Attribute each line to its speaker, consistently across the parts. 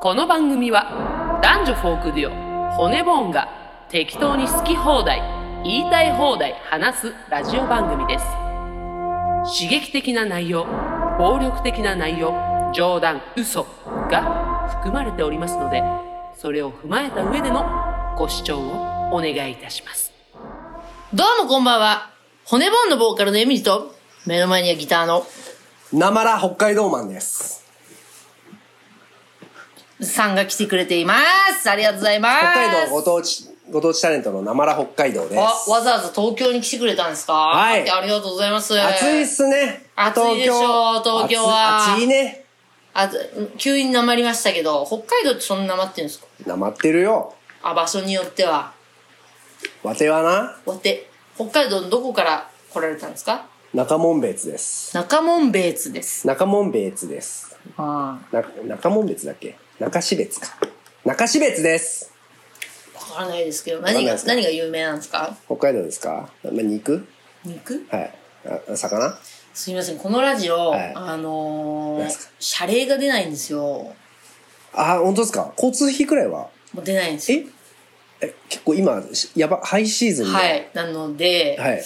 Speaker 1: この番組は男女フォークデュオ骨ボーンが適当に好き放題言いたい放題話すラジオ番組です刺激的な内容暴力的な内容冗談嘘が含まれておりますのでそれを踏まえた上でのご視聴をお願いいたします
Speaker 2: どうもこんばんは。骨ボンのボーカルのエミリと、目の前にはギターの
Speaker 3: なまら北海道マンです。
Speaker 2: さんが来てくれています。ありがとうございます。
Speaker 3: 北海道ご当地、ご当地タレントのなまら北海道です。
Speaker 2: あ、わざわざ東京に来てくれたんですかはいありがとうございます。
Speaker 3: 暑いっすね。
Speaker 2: 暑いでしょ東京は
Speaker 3: 暑い暑いね。
Speaker 2: あ急になまりましたけど、北海道ってそんななまってるんですか
Speaker 3: なまってるよ。
Speaker 2: あ、場所によっては。
Speaker 3: わてはな、
Speaker 2: わて、北海道のどこから来られたんですか
Speaker 3: 中門別です。
Speaker 2: 中門別です。
Speaker 3: 中門別です。
Speaker 2: あ
Speaker 3: な中門別だっけ中標別か。中標別です。
Speaker 2: あ。わからないですけど、
Speaker 3: かんな
Speaker 2: 何
Speaker 3: い
Speaker 2: が
Speaker 3: で、すか
Speaker 2: 何が有名なんですか
Speaker 3: 北海道ですか、まあ、肉
Speaker 2: 肉
Speaker 3: はい。あ魚
Speaker 2: すいません、このラジオ、
Speaker 3: はい
Speaker 2: あの
Speaker 3: 何
Speaker 2: ー
Speaker 3: ですか、
Speaker 2: 謝礼が出ないんですよ。
Speaker 3: あ、本当ですか交通費くらいは
Speaker 2: もう出ないんですよ。
Speaker 3: ええ、結構今、しやば、ハイシーズンで。
Speaker 2: はい。なので、
Speaker 3: はい。え、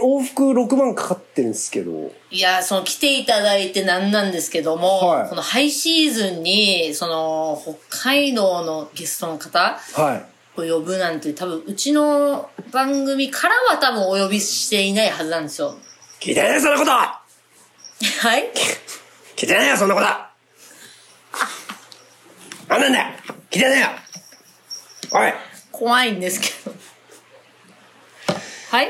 Speaker 3: 往復6万かかってるんですけど。
Speaker 2: い、や、その来ていただいてなんなんですけども、
Speaker 3: はい
Speaker 2: このハイシーズンに、その、北海道のゲストの方
Speaker 3: は
Speaker 2: を呼ぶなんて、多分、うちの番組からは多分お呼びしていないはずなんですよ。
Speaker 3: い。聞いてないよ、そんなこと
Speaker 2: はい
Speaker 3: 聞いてないよ、そんなことあんなんだよ聞いてないよおい
Speaker 2: 怖いんですけど。はい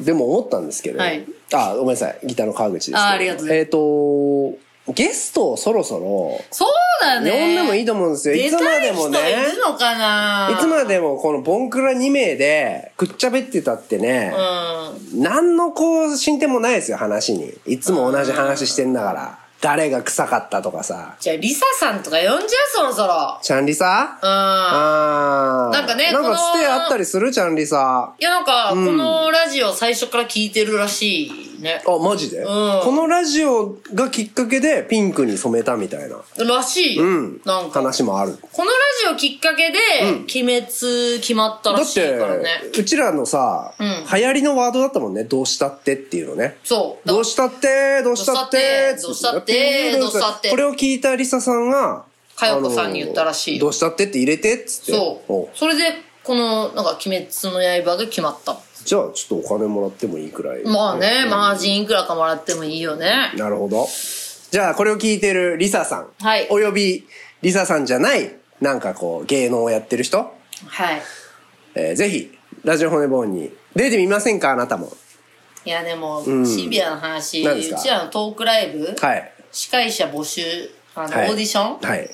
Speaker 3: でも思ったんですけど。
Speaker 2: はい
Speaker 3: あ、ごめんなさい。ギターの川口ですけど。
Speaker 2: あありがとうござい
Speaker 3: えっ、と、ゲストをそろそろ、
Speaker 2: そうだね。
Speaker 3: 呼んでもいいと思うんですよ。い
Speaker 2: 出
Speaker 3: つま
Speaker 2: た
Speaker 3: で
Speaker 2: い人
Speaker 3: も
Speaker 2: い
Speaker 3: ね。
Speaker 2: るのかない
Speaker 3: いつまでもこのボンクラ2名でくっちゃべってたってね、
Speaker 2: うん。
Speaker 3: 何のこう進展もないですよ、話に。いつも同じ話してんだから。誰が臭かったとかさ。
Speaker 2: じゃあ、リサさんとか呼んじゃうそろそろ。
Speaker 3: ちゃんりさ
Speaker 2: うん。
Speaker 3: あー
Speaker 2: なんかね
Speaker 3: なん
Speaker 2: この
Speaker 3: かステあったりするちゃんりさ。
Speaker 2: いや、なんか、こ
Speaker 3: ん
Speaker 2: のラジオ最初から聞いてるらしいね。
Speaker 3: あ、マジで、このラジオがきっかけでピンクに染めたみたいな、
Speaker 2: らしいよ。
Speaker 3: うん、
Speaker 2: なんか、
Speaker 3: 話もある。
Speaker 2: このラジオきっかけで、鬼滅決まった
Speaker 3: だ
Speaker 2: ら
Speaker 3: っ
Speaker 2: しいからね。
Speaker 3: て、うちらのさ、
Speaker 2: ん
Speaker 3: 流行りのワードだったもんね。どうしたってっていうのね。
Speaker 2: そう。
Speaker 3: どうしたって、どうしたって、
Speaker 2: どうしたってどうしたって
Speaker 3: これを聞いたリサさんが、
Speaker 2: かよこさんに言ったらしいよ
Speaker 3: あのどうしたってって入れてっつって。
Speaker 2: そ
Speaker 3: お
Speaker 2: う。それで、この、なんか、鬼滅の刃が決まった。
Speaker 3: じゃあ、ちょっとお金もらってもいいくらい。
Speaker 2: まあね、マージンいくらかもらってもいいよね。
Speaker 3: なるほど。じゃあ、これを聞いてるリサさん。
Speaker 2: はい
Speaker 3: および、リサさんじゃない、なんかこう、芸能をやってる人、
Speaker 2: はい。
Speaker 3: えーぜひ、ラジオ骨ボーンに出てみませんかあなたも。
Speaker 2: いや、でも、
Speaker 3: ん
Speaker 2: シビアな話、
Speaker 3: 何
Speaker 2: う
Speaker 3: ですか
Speaker 2: ちらのトークライブ、
Speaker 3: はい。
Speaker 2: 司会者募集、あの、
Speaker 3: はい、
Speaker 2: オーディション
Speaker 3: はい。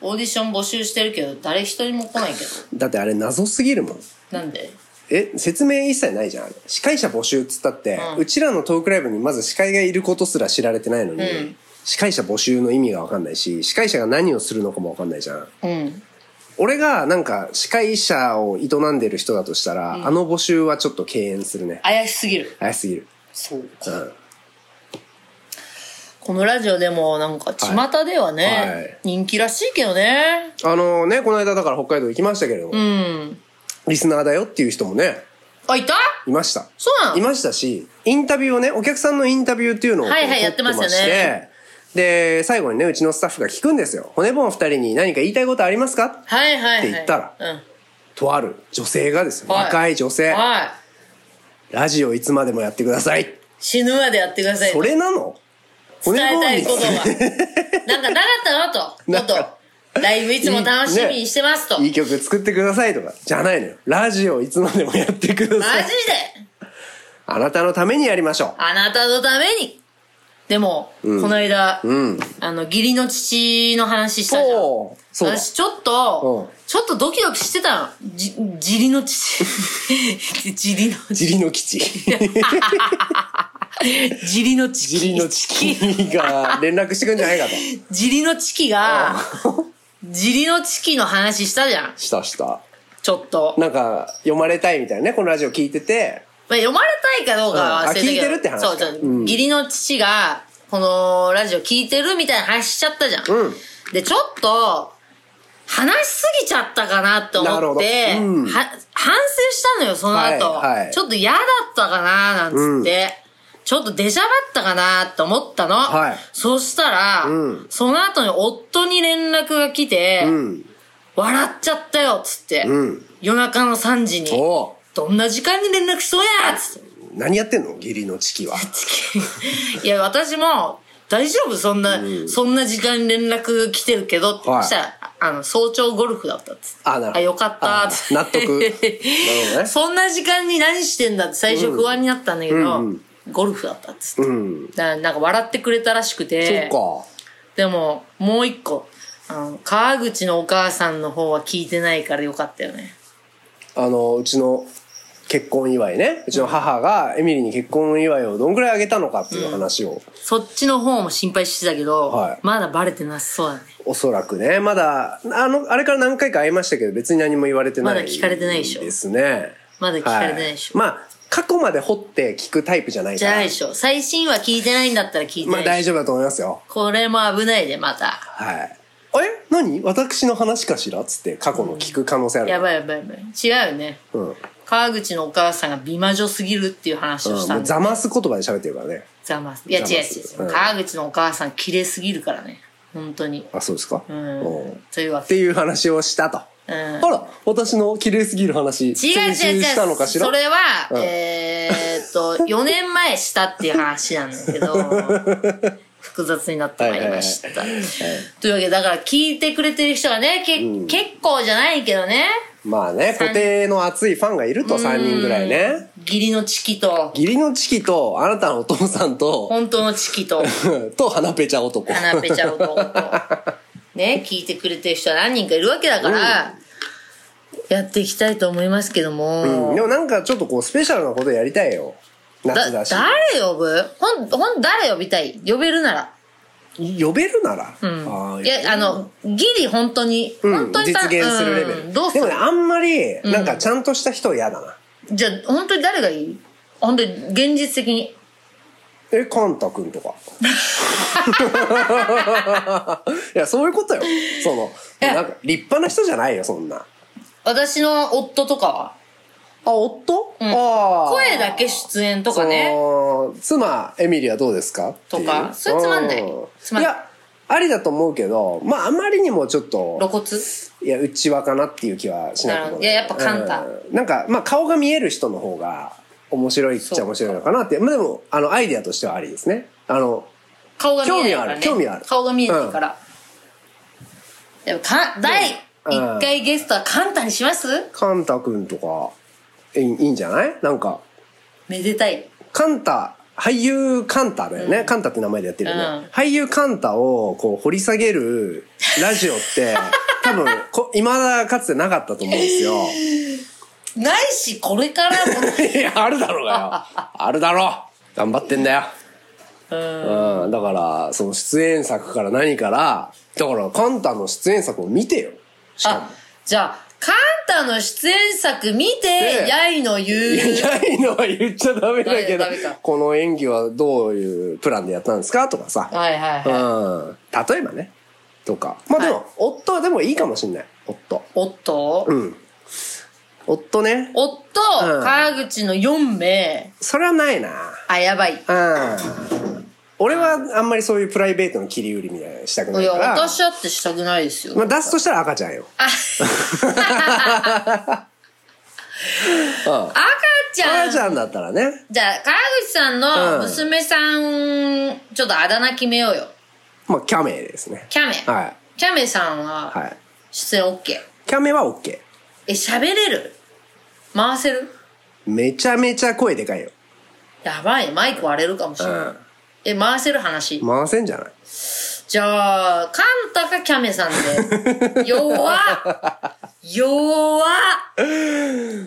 Speaker 2: オーディション募集してるけど、誰一人も来ないけど。
Speaker 3: だってあれ謎すぎるもん。
Speaker 2: なんで
Speaker 3: え、説明一切ないじゃん、あれ。司会者募集っつったって、
Speaker 2: う
Speaker 3: うんちらのトークライブにまず司会がいることすら知られてないのに、
Speaker 2: ん
Speaker 3: 司会者募集の意味がわかんないし、司会者が何をするのかもわかんないじゃん。
Speaker 2: うん。
Speaker 3: 俺がなんか司会者を営んでる人だとしたら、あの募集はちょっと敬遠するね。
Speaker 2: 怪しすぎる。
Speaker 3: 怪しすぎる。
Speaker 2: そう
Speaker 3: うん。
Speaker 2: このラジオでも、なんか、巷ではね、
Speaker 3: はいはい
Speaker 2: 人気らしいけどね。
Speaker 3: あのね、この間だから北海道行きましたけれども、
Speaker 2: うん。
Speaker 3: リスナーだよっていう人もね、
Speaker 2: あ、いた
Speaker 3: いました。
Speaker 2: そうなの
Speaker 3: いましたし、インタビューをね、お客さんのインタビューっていうのをこう
Speaker 2: はいはい
Speaker 3: 撮
Speaker 2: やってましたね
Speaker 3: てで、最後にね、うちのスタッフが聞くんですよ。骨盆二人に何か言いたいことありますか
Speaker 2: はいはいはい。
Speaker 3: って言ったら
Speaker 2: うん。
Speaker 3: とある女性がですよ。
Speaker 2: はい
Speaker 3: 若い女性。
Speaker 2: はい。
Speaker 3: ラジオいつまでもやってください。
Speaker 2: 死ぬまでやってくださいと。
Speaker 3: それなの
Speaker 2: 伝えたいこと
Speaker 3: 骨盆に
Speaker 2: は。なんか、なかったなと。も
Speaker 3: な
Speaker 2: っ
Speaker 3: んか
Speaker 2: と、ライブいつも楽しみにしてますと。
Speaker 3: いい曲作ってくださいとか、じゃないのよ。ラジオいつまでもやってくだ
Speaker 2: マ
Speaker 3: さい
Speaker 2: ジ。で
Speaker 3: あなたのためにやりましょ
Speaker 2: あなたのためにでも、この間、
Speaker 3: う。うん。
Speaker 2: あの、義理の父の話したじゃん。
Speaker 3: そう。そうだ。
Speaker 2: 私ちょっと
Speaker 3: うん、
Speaker 2: ちょっとドキドキしてたの。じ、自利の父。 自利の、
Speaker 3: 自利の基地。
Speaker 2: 自利の父。
Speaker 3: 自利の地球が連絡してくんじゃないかと。
Speaker 2: 自利の父が、 自利の父の話したじゃん。
Speaker 3: したした。
Speaker 2: ちょっと。
Speaker 3: なんか、読まれたいみたいなね、このラジオ聞いてて。
Speaker 2: まあ、読まれたいかどうかは忘れたけど。
Speaker 3: うんあ聞いてるって話
Speaker 2: そう、
Speaker 3: か
Speaker 2: そう義理の父が、このラジオ聞いてるみたいな話しちゃったじゃん。
Speaker 3: うん
Speaker 2: で、ちょっと、話しすぎちゃったかなって
Speaker 3: な
Speaker 2: 思
Speaker 3: るほ
Speaker 2: っ
Speaker 3: ど
Speaker 2: て、
Speaker 3: うん
Speaker 2: は反省したのよ、その後。
Speaker 3: はいはい
Speaker 2: ちょっと嫌だったかな、なんつって。ちょっと出しゃばったかなって思ったの。
Speaker 3: はい
Speaker 2: そしたら、
Speaker 3: うん
Speaker 2: その後に夫に連絡が来て、
Speaker 3: うん。
Speaker 2: 笑っちゃったよ、つって。
Speaker 3: うん
Speaker 2: 夜中の3時に。
Speaker 3: おう
Speaker 2: どんな時間に連絡しそうやつって。
Speaker 3: 何やってんの義理のチキは。
Speaker 2: いや、私も、大丈夫そんな、そんな時間に連絡来てるけどって。
Speaker 3: はい
Speaker 2: そしたら、あの、早朝ゴルフだったっつって。
Speaker 3: あなるほど
Speaker 2: よかったっつって
Speaker 3: あ納 得なるほどね
Speaker 2: そんな時間に何してんだって最初不安になったんだけど、
Speaker 3: うんう
Speaker 2: ゴルフだったっつって。
Speaker 3: うん。
Speaker 2: だからなんか笑ってくれたらしくて。
Speaker 3: そ
Speaker 2: でも、もう一個。あの、川口のお母さんの方は聞いてないからよかったよね。
Speaker 3: っか。あの、うちの結婚祝いね。うちの母がエミリーに結婚祝いをどんぐらいあげたのかっていう話を。
Speaker 2: そっちの方も心配してたけど、
Speaker 3: はい
Speaker 2: まだバレてなさそうだね。
Speaker 3: おそらくね。まだ、あの、あれから何回か会いましたけど、別に何も言われてない。
Speaker 2: まだ聞かれてないでしょ
Speaker 3: ですね。
Speaker 2: まだ聞かれてないでしょ
Speaker 3: はまあ、過去まで掘って聞くタイプじゃない
Speaker 2: じ
Speaker 3: か
Speaker 2: ゃ
Speaker 3: ら。
Speaker 2: ないでしょ。最新話聞いてないんだったら聞いてな
Speaker 3: まあ
Speaker 2: いでしょ。
Speaker 3: 大丈夫だと思いますよ。
Speaker 2: これも危ないで、また。
Speaker 3: はい。え何私の話かしらつって過去の聞く可能性ある。
Speaker 2: やばいやばいやばい。違うよね。
Speaker 3: うん。うん
Speaker 2: 川口のお母さんが美魔女すぎるっていう話をした
Speaker 3: も
Speaker 2: ん
Speaker 3: う
Speaker 2: だ。
Speaker 3: ざます言葉で喋ってるからね。
Speaker 2: ざます。いや、違う
Speaker 3: ざま
Speaker 2: 違
Speaker 3: す
Speaker 2: う違
Speaker 3: う
Speaker 2: う。
Speaker 3: ん
Speaker 2: 川口のお母さん綺麗すぎるからね。本当に。
Speaker 3: あ、そうですか。
Speaker 2: うん
Speaker 3: うん。っ。
Speaker 2: というわけ。
Speaker 3: ていう話をしたと。
Speaker 2: うん。違
Speaker 3: あら、私の綺麗すぎる
Speaker 2: う
Speaker 3: 話。
Speaker 2: 違う
Speaker 3: 先
Speaker 2: 違
Speaker 3: 週
Speaker 2: う。
Speaker 3: したのかしら
Speaker 2: それは、
Speaker 3: うん
Speaker 2: えーっ と、4年前したっていう話なんだけど、複雑になってまいりました。というわけで、だから聞いてくれてる人がね、け結構じゃないけどね、
Speaker 3: まあね、固定の熱いファンがいると3人ぐらいね。
Speaker 2: 義理のチキと、
Speaker 3: 義理のチキと、あなたのお父さんと、
Speaker 2: 本当のチキと、
Speaker 3: と、花ペチャ男。
Speaker 2: 花ぺちゃ男と、ね、聞いてくれてる人は何人かいるわけだから、やっていきたいと思いますけども、
Speaker 3: うんでもなんかちょっとこう、スペシャルなことやりたいよ。夏だ
Speaker 2: だ
Speaker 3: し。
Speaker 2: 誰呼ぶほん、ほん、誰呼びたい呼べるなら。
Speaker 3: 呼べるなら。
Speaker 2: うん
Speaker 3: ー
Speaker 2: いや、あの、ギリ本当に、
Speaker 3: うん
Speaker 2: 本当にた
Speaker 3: 実現するレベル。
Speaker 2: うんどうす
Speaker 3: でも
Speaker 2: る
Speaker 3: ね、あんまり、なんかちゃんとした人は嫌だな。
Speaker 2: じゃあ、本当に誰がいい本当に、現実的に。
Speaker 3: え、カンタ君と か。いや、そういうことよ。その、
Speaker 2: や
Speaker 3: なんか立派な人じゃないよ、そんな。あ、
Speaker 2: 私の夫とかは
Speaker 3: 夫、ああ。
Speaker 2: 声だけ出演とかね。
Speaker 3: その妻、エミリはどうですかっていう
Speaker 2: とかそれつまんない
Speaker 3: うん
Speaker 2: つまん
Speaker 3: い
Speaker 2: ない
Speaker 3: や、ありだと思うけど、まあ、あまりにもちょっ
Speaker 2: 露
Speaker 3: と、
Speaker 2: 骨
Speaker 3: いや、内輪かなっていう気はしなくもな
Speaker 2: なるほどいややっぱカンタ
Speaker 3: うんなんか、まあ、顔が見える人の方が、面白いっちゃ面白いのかなって。まあ、でも、あの、アイディアとしてはありですね。あの、
Speaker 2: 顔が見えないから、ね。
Speaker 3: 興味ある興味ある
Speaker 2: 顔が見えないから。でもか、第
Speaker 3: うん
Speaker 2: 1回ゲストはカンタにします
Speaker 3: カンタ君とか、いいいいんじゃないなんか、
Speaker 2: めでたい。
Speaker 3: カンタ、俳優カンタだよね。カンタって名前でやってるよね。
Speaker 2: うん
Speaker 3: 俳優カンタをこう掘り下げる ラジオって、多分こ、未だかつてなかったと思うんですよ。
Speaker 2: ないし、これからも。
Speaker 3: いや、あるだろうが よ。あるだろう。頑張ってんだよ。うん、だから、その出演作から何から、だから、カンタの出演作を見てよ。しかも
Speaker 2: あ。、じゃあ、カンタの出演作見て、
Speaker 3: ね
Speaker 2: やいの言
Speaker 3: いや
Speaker 2: う。
Speaker 3: ないのは言っちゃダメだけど
Speaker 2: ダメかダメか、
Speaker 3: この演技はどういうプランでやったんですかとかさ。
Speaker 2: はいはいはい。
Speaker 3: うん。例えばね。とか。まあでも、
Speaker 2: はい
Speaker 3: 夫はでもいいかもしんない。夫。
Speaker 2: 夫、
Speaker 3: うん。夫ね。
Speaker 2: 夫、
Speaker 3: うん
Speaker 2: 川口の4名。
Speaker 3: それはないな。
Speaker 2: あ、やばい。
Speaker 3: うん。俺はあんまりそういうプライベートの切り売りみたいなのしたくないい
Speaker 2: や、
Speaker 3: から。
Speaker 2: 私だってしたくないですよ。
Speaker 3: まあ出すとしたら赤ちゃんよ。
Speaker 2: あ赤ちゃん
Speaker 3: 赤ちゃんだったらね。
Speaker 2: じゃあ、川口さんの
Speaker 3: うん
Speaker 2: 娘さん、ちょっとあだ名決めようよ。
Speaker 3: まあキャメですね。
Speaker 2: キャメ。
Speaker 3: はい。
Speaker 2: キャメさんは、
Speaker 3: はい。
Speaker 2: 出演 OK。
Speaker 3: キャメは OK。
Speaker 2: え、喋れる回せる
Speaker 3: めちゃめちゃ声でかいよ。
Speaker 2: やばいね、マイク割れるかもし
Speaker 3: う
Speaker 2: れない。
Speaker 3: ん。
Speaker 2: え、回せる話。
Speaker 3: 回せんじゃない
Speaker 2: じゃあ、カンタかキャメさん で。弱っ弱っ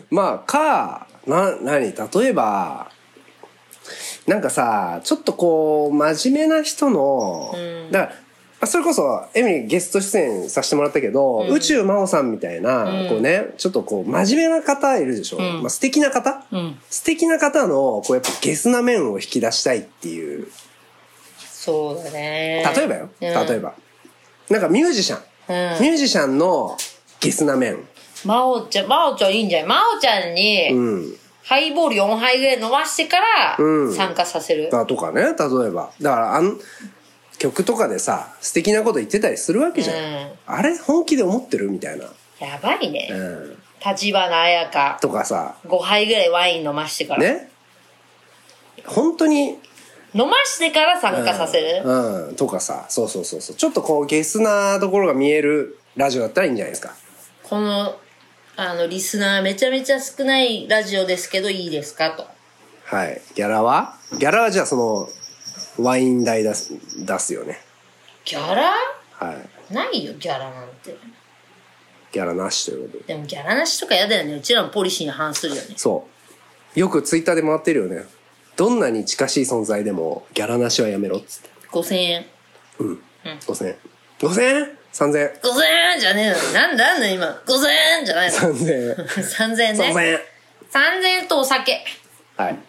Speaker 3: まあ、か、な、なに、例えば、なんかさ、ちょっとこう、真面目な人の、
Speaker 2: うん
Speaker 3: だからあ、それこそ、エミリーゲスト出演させてもらったけど、宇宙真央さんみたいな、
Speaker 2: うん
Speaker 3: こうね、ちょっとこう、真面目な方いるでしょ。
Speaker 2: ん
Speaker 3: まあ、素敵な方、
Speaker 2: うん。
Speaker 3: 素敵な方の、こう、やっぱゲスな面を引き出したいっていう。
Speaker 2: そうだね。
Speaker 3: 例えばよ。
Speaker 2: うん
Speaker 3: 例えば。なんかミュージシャン、
Speaker 2: うん
Speaker 3: ミュージシャンのゲスな面
Speaker 2: 真央ちゃん、真央ちゃんいいんじゃない真央ちゃんに、
Speaker 3: うん
Speaker 2: ハイボール4杯ぐらい飲ましてから
Speaker 3: うん、
Speaker 2: 参加させる。
Speaker 3: だとかね例えばだからあの曲とかでさ素敵なこと言ってたりするわけじゃん、
Speaker 2: うん
Speaker 3: あれ本気で思ってるみたいな、
Speaker 2: やばいね。
Speaker 3: うん、
Speaker 2: 立花彩香、
Speaker 3: とかさ
Speaker 2: 5杯ぐらいワイン飲ましてから。
Speaker 3: ね本当に
Speaker 2: 飲ましてから参加させる。
Speaker 3: うん、とかさそうそうそうそうちょっとこうゲスなところが見えるラジオだったらいいんじゃないですか
Speaker 2: この、あの、リスナーめちゃめちゃ少ないラジオですけどいいですかと。
Speaker 3: はいギャラはギャラはじゃあそのワイン代出す出すよね
Speaker 2: ギャラ
Speaker 3: はい
Speaker 2: ないよ、ギャラなんて。
Speaker 3: ギャラなしということで
Speaker 2: でもギャラなしとか嫌だよね。うちらのポリシーに反するよね。
Speaker 3: そうよくツイッターで回ってるよねどんなに近しい存在でもギャラなしはやめろっつって
Speaker 2: 5000円。
Speaker 3: うん、5000円5000円3000円
Speaker 2: 5000円じゃねえのに。なんだなんだ今。5000円じゃないの。
Speaker 3: 3000円
Speaker 2: 3000円
Speaker 3: 3000
Speaker 2: ね。
Speaker 3: 円
Speaker 2: 3000円とお酒。
Speaker 3: はい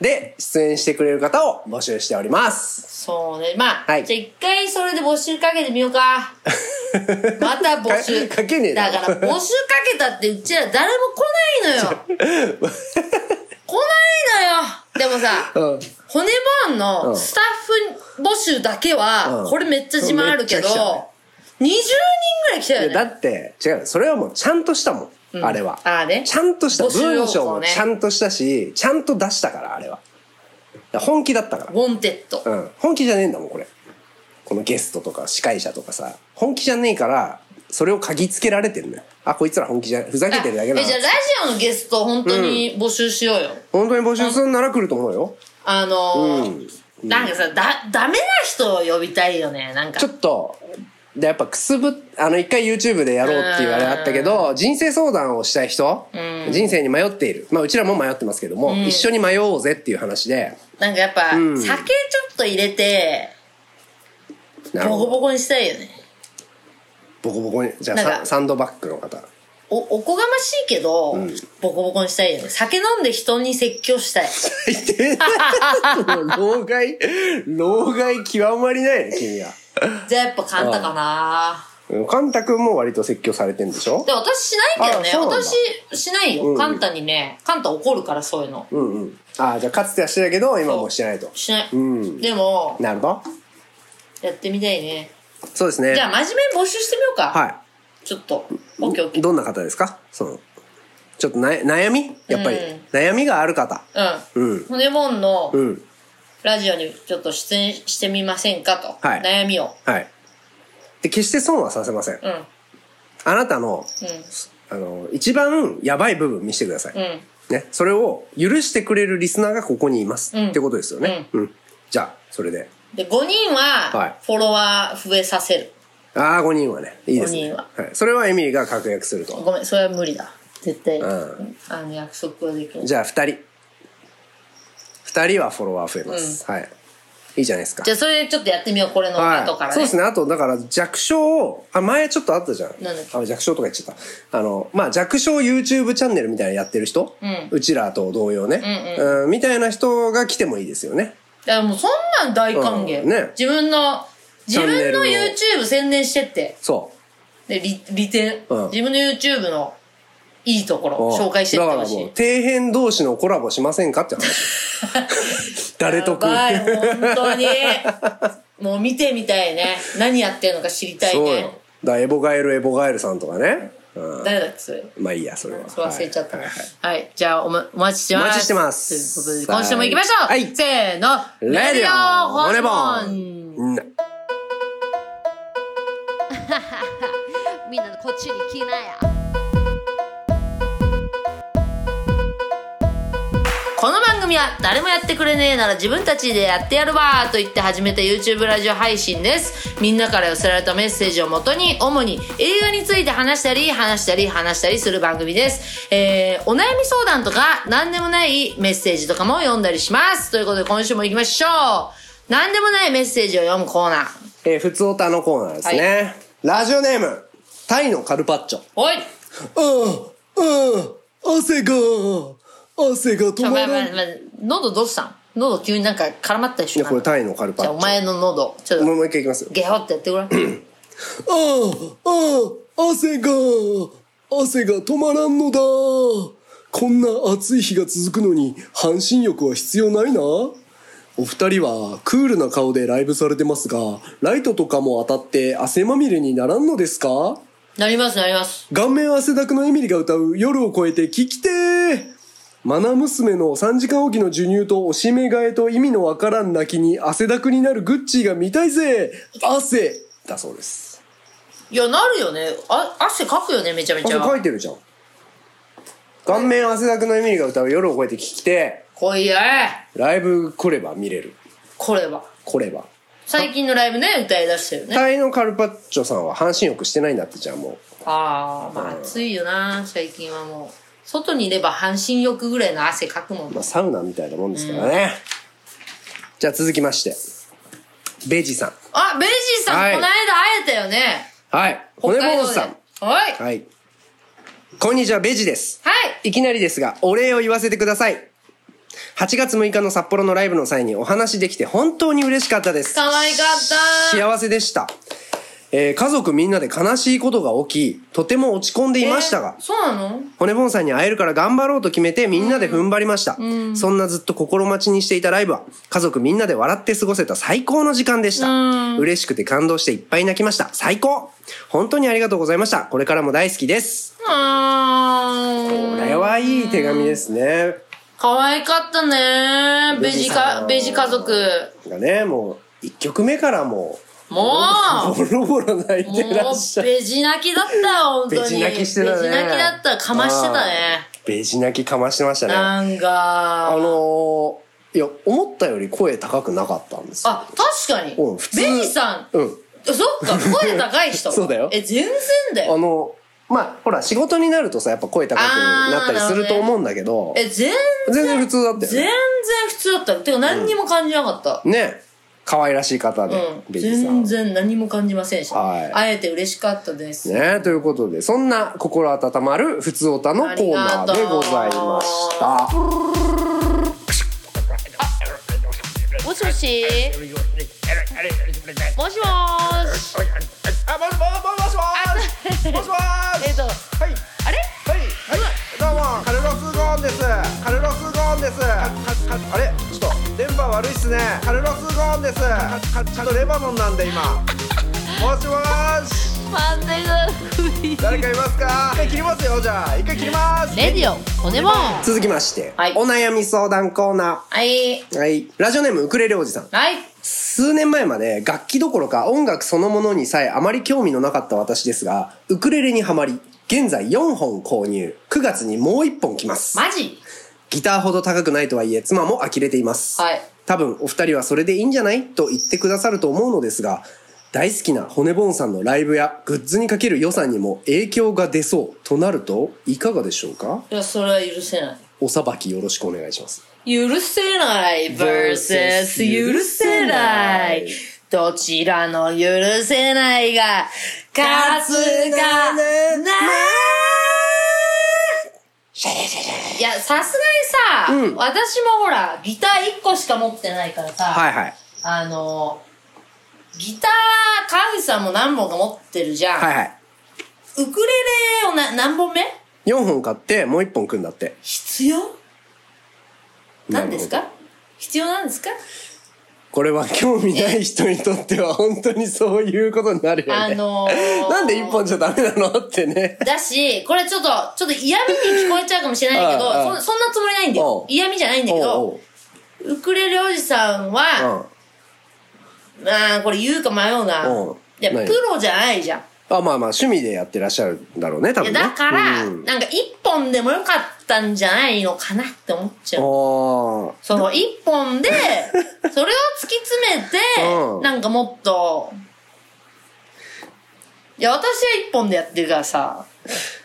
Speaker 3: で出演してくれる方を募集しております
Speaker 2: そうね。まあ、
Speaker 3: はい
Speaker 2: じゃあ一回それで募集かけてみよう か。また募集。
Speaker 3: かかけねえだ
Speaker 2: だ
Speaker 3: ろ
Speaker 2: から募集かけたってうちら誰も来ないのよ。来ないの よ。でもさ、
Speaker 3: うん
Speaker 2: 骨ボーン
Speaker 3: う
Speaker 2: の
Speaker 3: ん
Speaker 2: スタッフ募集だけは、
Speaker 3: うん
Speaker 2: これめっちゃ自慢あるけど、
Speaker 3: めっちゃ来た
Speaker 2: 20人ぐらい来たよ
Speaker 3: いや
Speaker 2: ね。
Speaker 3: だって違うそれはもうちゃんとしたもん、
Speaker 2: うん
Speaker 3: あれは
Speaker 2: あーね
Speaker 3: ちゃんとした
Speaker 2: 募集要項ね
Speaker 3: 文章もちゃんとしたしちゃんと出したからあれはだから本気だったか
Speaker 2: ウォンテッド。
Speaker 3: ら、うん、本気じゃねえんだもんこれこのゲストとか司会者とかさ本気じゃねえからそれを嗅ぎつけられてるのよあこいつら本気じゃふざけてるだけ
Speaker 2: あ
Speaker 3: な
Speaker 2: え
Speaker 3: の
Speaker 2: じゃあラジオのゲスト本当に募集しようよ。
Speaker 3: 本当に募集するなら来ると思うよ
Speaker 2: あのー
Speaker 3: うん
Speaker 2: なんかさ、だ、ダメな人を呼びたいよね。なんか
Speaker 3: ちょ。っとでやっぱくすぶあの一回 YouTube でやろうっていうあれあったけど人生相談をしたい人、
Speaker 2: うん
Speaker 3: 人生に迷っている、まあ、うちらも迷ってますけども、一緒に迷おうぜっていう話で
Speaker 2: なんかやっぱ、
Speaker 3: うん
Speaker 2: 酒ちょっと入れて、
Speaker 3: なる
Speaker 2: ボ
Speaker 3: ほ
Speaker 2: コ
Speaker 3: ど
Speaker 2: ボコにしたいよね。
Speaker 3: ボコボコにじゃあ
Speaker 2: なんか
Speaker 3: ササンドバッグの方
Speaker 2: お、おこがましいけど、ボコボコにしたいよね。酒飲んで人に説教した い。
Speaker 3: 最低だ老害老害極まりないね君は
Speaker 2: じゃあやっぱカンタかな
Speaker 3: うんカンタ君も割と説教されてんでしょ
Speaker 2: で、私しないけどね。
Speaker 3: あそうなんだ
Speaker 2: 私しないよ。
Speaker 3: ん
Speaker 2: カンタにね、カンタ怒るからそういうの。
Speaker 3: うんうんああじゃあかつてはしてたけど今もうしてないと
Speaker 2: しない。
Speaker 3: うん
Speaker 2: でも、
Speaker 3: なるほど
Speaker 2: やってみたいね。
Speaker 3: そうですね
Speaker 2: じゃあ真面目に募集してみようか。
Speaker 3: はい
Speaker 2: ちょっと。オッケーオッケー。
Speaker 3: どんな方ですかそのちょっとな悩みやっぱり、
Speaker 2: うん
Speaker 3: 悩みがある方
Speaker 2: う
Speaker 3: うん
Speaker 2: ん。骨もんの
Speaker 3: うん
Speaker 2: ラジオにちょっと出演してみませんかと。
Speaker 3: はい
Speaker 2: 悩みを。
Speaker 3: はいで決して損はさせません、
Speaker 2: うん。うん。
Speaker 3: あなたのあの一番やばい部分見せてください、
Speaker 2: うん。
Speaker 3: ね、それを許してくれるリスナーがここにいます、
Speaker 2: うん
Speaker 3: ってことですよね、うんじゃあそれで
Speaker 2: で、5人
Speaker 3: はい
Speaker 2: は、フォロワー増えさせる。
Speaker 3: ああ5人はねいいです
Speaker 2: 五
Speaker 3: ね
Speaker 2: 人は
Speaker 3: はい、それはエミリーが確約すると
Speaker 2: ごめん、それは無理だ。絶対。
Speaker 3: ん
Speaker 2: あの、約束はできない。
Speaker 3: じゃあ2人2人はフォロワー増えます、はいいいじゃないですか
Speaker 2: じゃあ、それちょっとやってみよう。これの後からね。
Speaker 3: そうです
Speaker 2: ね。
Speaker 3: ね。あと、だから弱小を、あ、前ちょっとあったじゃん。
Speaker 2: なんだっけ
Speaker 3: あ弱小とか言っちゃった。あの、まあ、弱小 YouTube チャンネルみたいなのやってる人、うんちらと同様ね、
Speaker 2: う
Speaker 3: うんみたいな人が来てもいいですよね。
Speaker 2: いや、もうそんなん大歓迎。
Speaker 3: うんね
Speaker 2: 自分の、自
Speaker 3: チャンネ
Speaker 2: 分
Speaker 3: ルを
Speaker 2: の YouTube 宣伝してって。
Speaker 3: そ
Speaker 2: で、利利点。
Speaker 3: うん
Speaker 2: 自分の YouTube のいいところ
Speaker 3: う。うん、
Speaker 2: 紹介してって
Speaker 3: だか
Speaker 2: ほ
Speaker 3: ら
Speaker 2: し
Speaker 3: もう、
Speaker 2: い
Speaker 3: 底。辺同士のコラボしませんかって話。 誰とく
Speaker 2: ばい、本当に。もう見てみたいね。何やってるのか知りたい
Speaker 3: そう
Speaker 2: ね
Speaker 3: よ。。だからエボガエル、エボガエルさんとかね。うん、
Speaker 2: 誰だっけ、それ。
Speaker 3: まあいいや、それは。
Speaker 2: そう忘れちゃった。
Speaker 3: は
Speaker 2: はいい、
Speaker 3: はいはい
Speaker 2: じゃあお,、ま、お待ちしてます。
Speaker 3: お待ちしてます
Speaker 2: ということで、今週も行きましょう、
Speaker 3: はい
Speaker 2: せーの
Speaker 3: レディオ
Speaker 2: ホ
Speaker 3: ホ
Speaker 2: ネ
Speaker 3: ネ
Speaker 2: ボ
Speaker 3: ボ
Speaker 2: ーン
Speaker 3: ンな
Speaker 4: みんなこっちに来なや
Speaker 2: この番組は誰もやってくれねえなら自分たちでやってやるわーと言って始めた YouTube ラジオ配信です。みんなから寄せられたメッセージをもとに、主に映画について話したり、話したり、話したりする番組です。えー、お悩み相談とか、何でもないメッセージとかも読んだりします。ということで今週も行きましょう。何でもないメッセージを読むコーナー。
Speaker 3: えー、普通オタのコーナーですね。ラジオネーム、タイのカルパッチョ。
Speaker 2: おい
Speaker 3: ああ、ああ、汗が、汗が止
Speaker 2: ちょ、
Speaker 3: ま
Speaker 2: まあ
Speaker 3: ら
Speaker 2: ま
Speaker 3: ん。
Speaker 2: あ
Speaker 3: い
Speaker 2: まあ、喉どうしたん喉急になんか絡まったでしょ
Speaker 3: や、こ
Speaker 2: な
Speaker 3: れ
Speaker 2: んか
Speaker 3: タイのカルパ
Speaker 2: じ
Speaker 3: ッ
Speaker 2: ゃあ
Speaker 3: チ
Speaker 2: お
Speaker 3: ョ。
Speaker 2: 前の喉、ちょっ
Speaker 3: もう
Speaker 2: と、
Speaker 3: もう一回いきますよ。
Speaker 2: ゲホってやってごらん。
Speaker 3: ああ、ああ、汗が、汗が止まらんのだ。こんな暑い日が続くのに半身浴は必要ないな。お二人はクールな顔でライブされてますが、ライトとかも当たって汗まみれにならんのですか
Speaker 2: なりますなります。
Speaker 3: 顔面汗だくのエミリが歌う夜を越えて聞きてーマナ娘の3時間おきの授乳とおしめ替えと意味のわからん泣きに汗だくになるグッチーが見たいぜ汗だそうです。
Speaker 2: いや、なるよね。あ、汗かくよね、めちゃめ
Speaker 3: あ
Speaker 2: ち
Speaker 3: と書
Speaker 2: ゃ。
Speaker 3: いてるじゃん。顔面汗だくのエミリが歌う夜を越えて聞きて
Speaker 2: こいや
Speaker 3: ーライブ来れば見れる。
Speaker 2: これは。
Speaker 3: 来れば。
Speaker 2: 最近のライブね、歌い出したよね。
Speaker 3: タイのカルパッチョさんは半身浴してないんだってじゃあも
Speaker 2: ああ、まあ暑いよな、最近はもう。外にいれば半身浴ぐらいの汗かくもん
Speaker 3: う、まあ、サウナみたいなもんですからね。じゃあ続きまして。ベジさん。
Speaker 2: あ、ベイジーさん、
Speaker 3: はい
Speaker 2: この間会えたよね。
Speaker 3: はい。骨坊主さん。
Speaker 2: 北海道ではい。はい。
Speaker 3: はい。こんにちは、ベジです。いきなりですが、お礼を言わせてください。8月6日の札幌のライブの際にお話できて本当に嬉しかったです。
Speaker 2: 可愛かった。
Speaker 3: 幸せでした。えー家族みんなで悲しいことが起き、とても落ち込んでいましたが
Speaker 2: えー、そうなの
Speaker 3: 骨盆さんに会えるから頑張ろうと決めてみんなで踏ん張りました、そんなずっと心待ちにしていたライブは家族みんなで笑って過ごせた最高の時間でした、嬉しくて感動していっぱい泣きました最高本当にありがとうございましたこれからも大好きです
Speaker 2: あ
Speaker 3: こ
Speaker 2: ー。
Speaker 3: れはいい手紙ですね
Speaker 2: 可愛かったね。ベジ
Speaker 3: さ
Speaker 2: か、
Speaker 3: ん
Speaker 2: ベジ家族。
Speaker 3: がねもう1曲目からも
Speaker 2: も
Speaker 3: う
Speaker 2: う
Speaker 3: ボロボロ泣いてら
Speaker 2: も
Speaker 3: っし
Speaker 2: う、
Speaker 3: ゃる
Speaker 2: ベジ泣きだったよ、本当に。
Speaker 3: ベジ泣きしてたね
Speaker 2: ベジ泣きだった。かましてたね。
Speaker 3: ベジ泣きかましてましたねあ
Speaker 2: なんか。
Speaker 3: のーいや思ったより声高くなかったんですよ
Speaker 2: あ、確かに。
Speaker 3: うん普通
Speaker 2: ベニさん。
Speaker 3: うん
Speaker 2: そっか、声高い人。
Speaker 3: そうだよ
Speaker 2: え、全然だ
Speaker 3: あ
Speaker 2: よ。
Speaker 3: の、まあ、ほら、仕事になるとさ、やっぱ声高くなったりすると思うんだけど、
Speaker 2: え、全
Speaker 3: 全然普通だった
Speaker 2: 全
Speaker 3: よ
Speaker 2: 然普通だった。てか何にも感じなかった。
Speaker 3: ね。ね。可愛らしい方
Speaker 2: う
Speaker 3: で、
Speaker 2: ん。
Speaker 3: ベジさん
Speaker 2: 全。然何も感じませんし。
Speaker 3: はい
Speaker 2: 会えて嬉しかったです。
Speaker 3: ねということで、そんな心温まる普通おたのコーナーでございました。
Speaker 1: もしもしもしもーし
Speaker 5: あ、もしもしもしもしもしもし
Speaker 1: えっと
Speaker 5: はい
Speaker 1: あれ
Speaker 5: はいはいどうもカルロスゴーンですカルロスゴーンですかかかあれちょっと電波悪いっすねカルロスゴーンですかかちょっとレバノンなんで今もしもし
Speaker 1: 待ってください
Speaker 5: 誰かいますか一回切りますよじゃあ一回切ります
Speaker 1: レディオ骨もん
Speaker 3: 続きまして、
Speaker 2: はい
Speaker 3: お悩み相談コーナ
Speaker 2: はい。
Speaker 3: ー。はい。ラジオネームウクレレおじさん。
Speaker 2: はい。
Speaker 3: 数年前まで楽器どころか音楽そのものにさえあまり興味のなかった私ですが、ウクレレにはまり、現在4本購入。9月にもう1本来ます。
Speaker 2: マジ
Speaker 3: ギターほど高くないとはいえ妻も呆れています。
Speaker 2: はい。
Speaker 3: 多分お二人はそれでいいんじゃないと言ってくださると思うのですが、大好きな骨ボンさんのライブやグッズにかける予算にも影響が出そうとなるといかがでしょうか
Speaker 2: いや、それは許せない。
Speaker 3: おさばきよろしくお願いします。
Speaker 2: 許せない
Speaker 3: versus
Speaker 2: vs 許せない。どちらの許せないが、勝つがないいや、さすがにさ、
Speaker 3: うん
Speaker 2: 私もほら、ギター1個しか持ってないからさ、
Speaker 3: はいはい。
Speaker 2: あの、ギター、川口さんも何本か持ってるじゃん。
Speaker 3: はいはい。
Speaker 2: ウクレレをな何本目
Speaker 3: 4本買ってもう1本組んだって。
Speaker 2: 必要なんです
Speaker 3: なる
Speaker 2: か必要なんですか
Speaker 3: ほどこれは興味ない人にとっては本当にそういうことになるよね。
Speaker 2: あのー
Speaker 3: なんで1本じゃダメなのってね。
Speaker 2: だし、これちょっと、ちょっと嫌味に聞こえちゃうかもしれないけ
Speaker 3: あああ
Speaker 2: ど、
Speaker 3: あ
Speaker 2: そそんなつもりないんだ
Speaker 3: おう
Speaker 2: よ。嫌味じゃないんだけ
Speaker 3: おうおう
Speaker 2: ど、ウクレレおじさんは、まあ、これ言うか迷うな
Speaker 3: おう。
Speaker 2: いや、
Speaker 3: 何
Speaker 2: プロじゃないじゃん。
Speaker 3: うん。あ、まあまあ趣味でやってらっしゃるんだろうね、多
Speaker 2: いや
Speaker 3: 分ね。
Speaker 2: だから、
Speaker 3: うん
Speaker 2: なんか一本でもよかったんじゃないのかなって思っちゃう。
Speaker 3: あ
Speaker 2: その一本 で、それを突き詰めて
Speaker 3: う、ん
Speaker 2: なんかもっと、いや、私は一本でやってるからさ、
Speaker 3: ー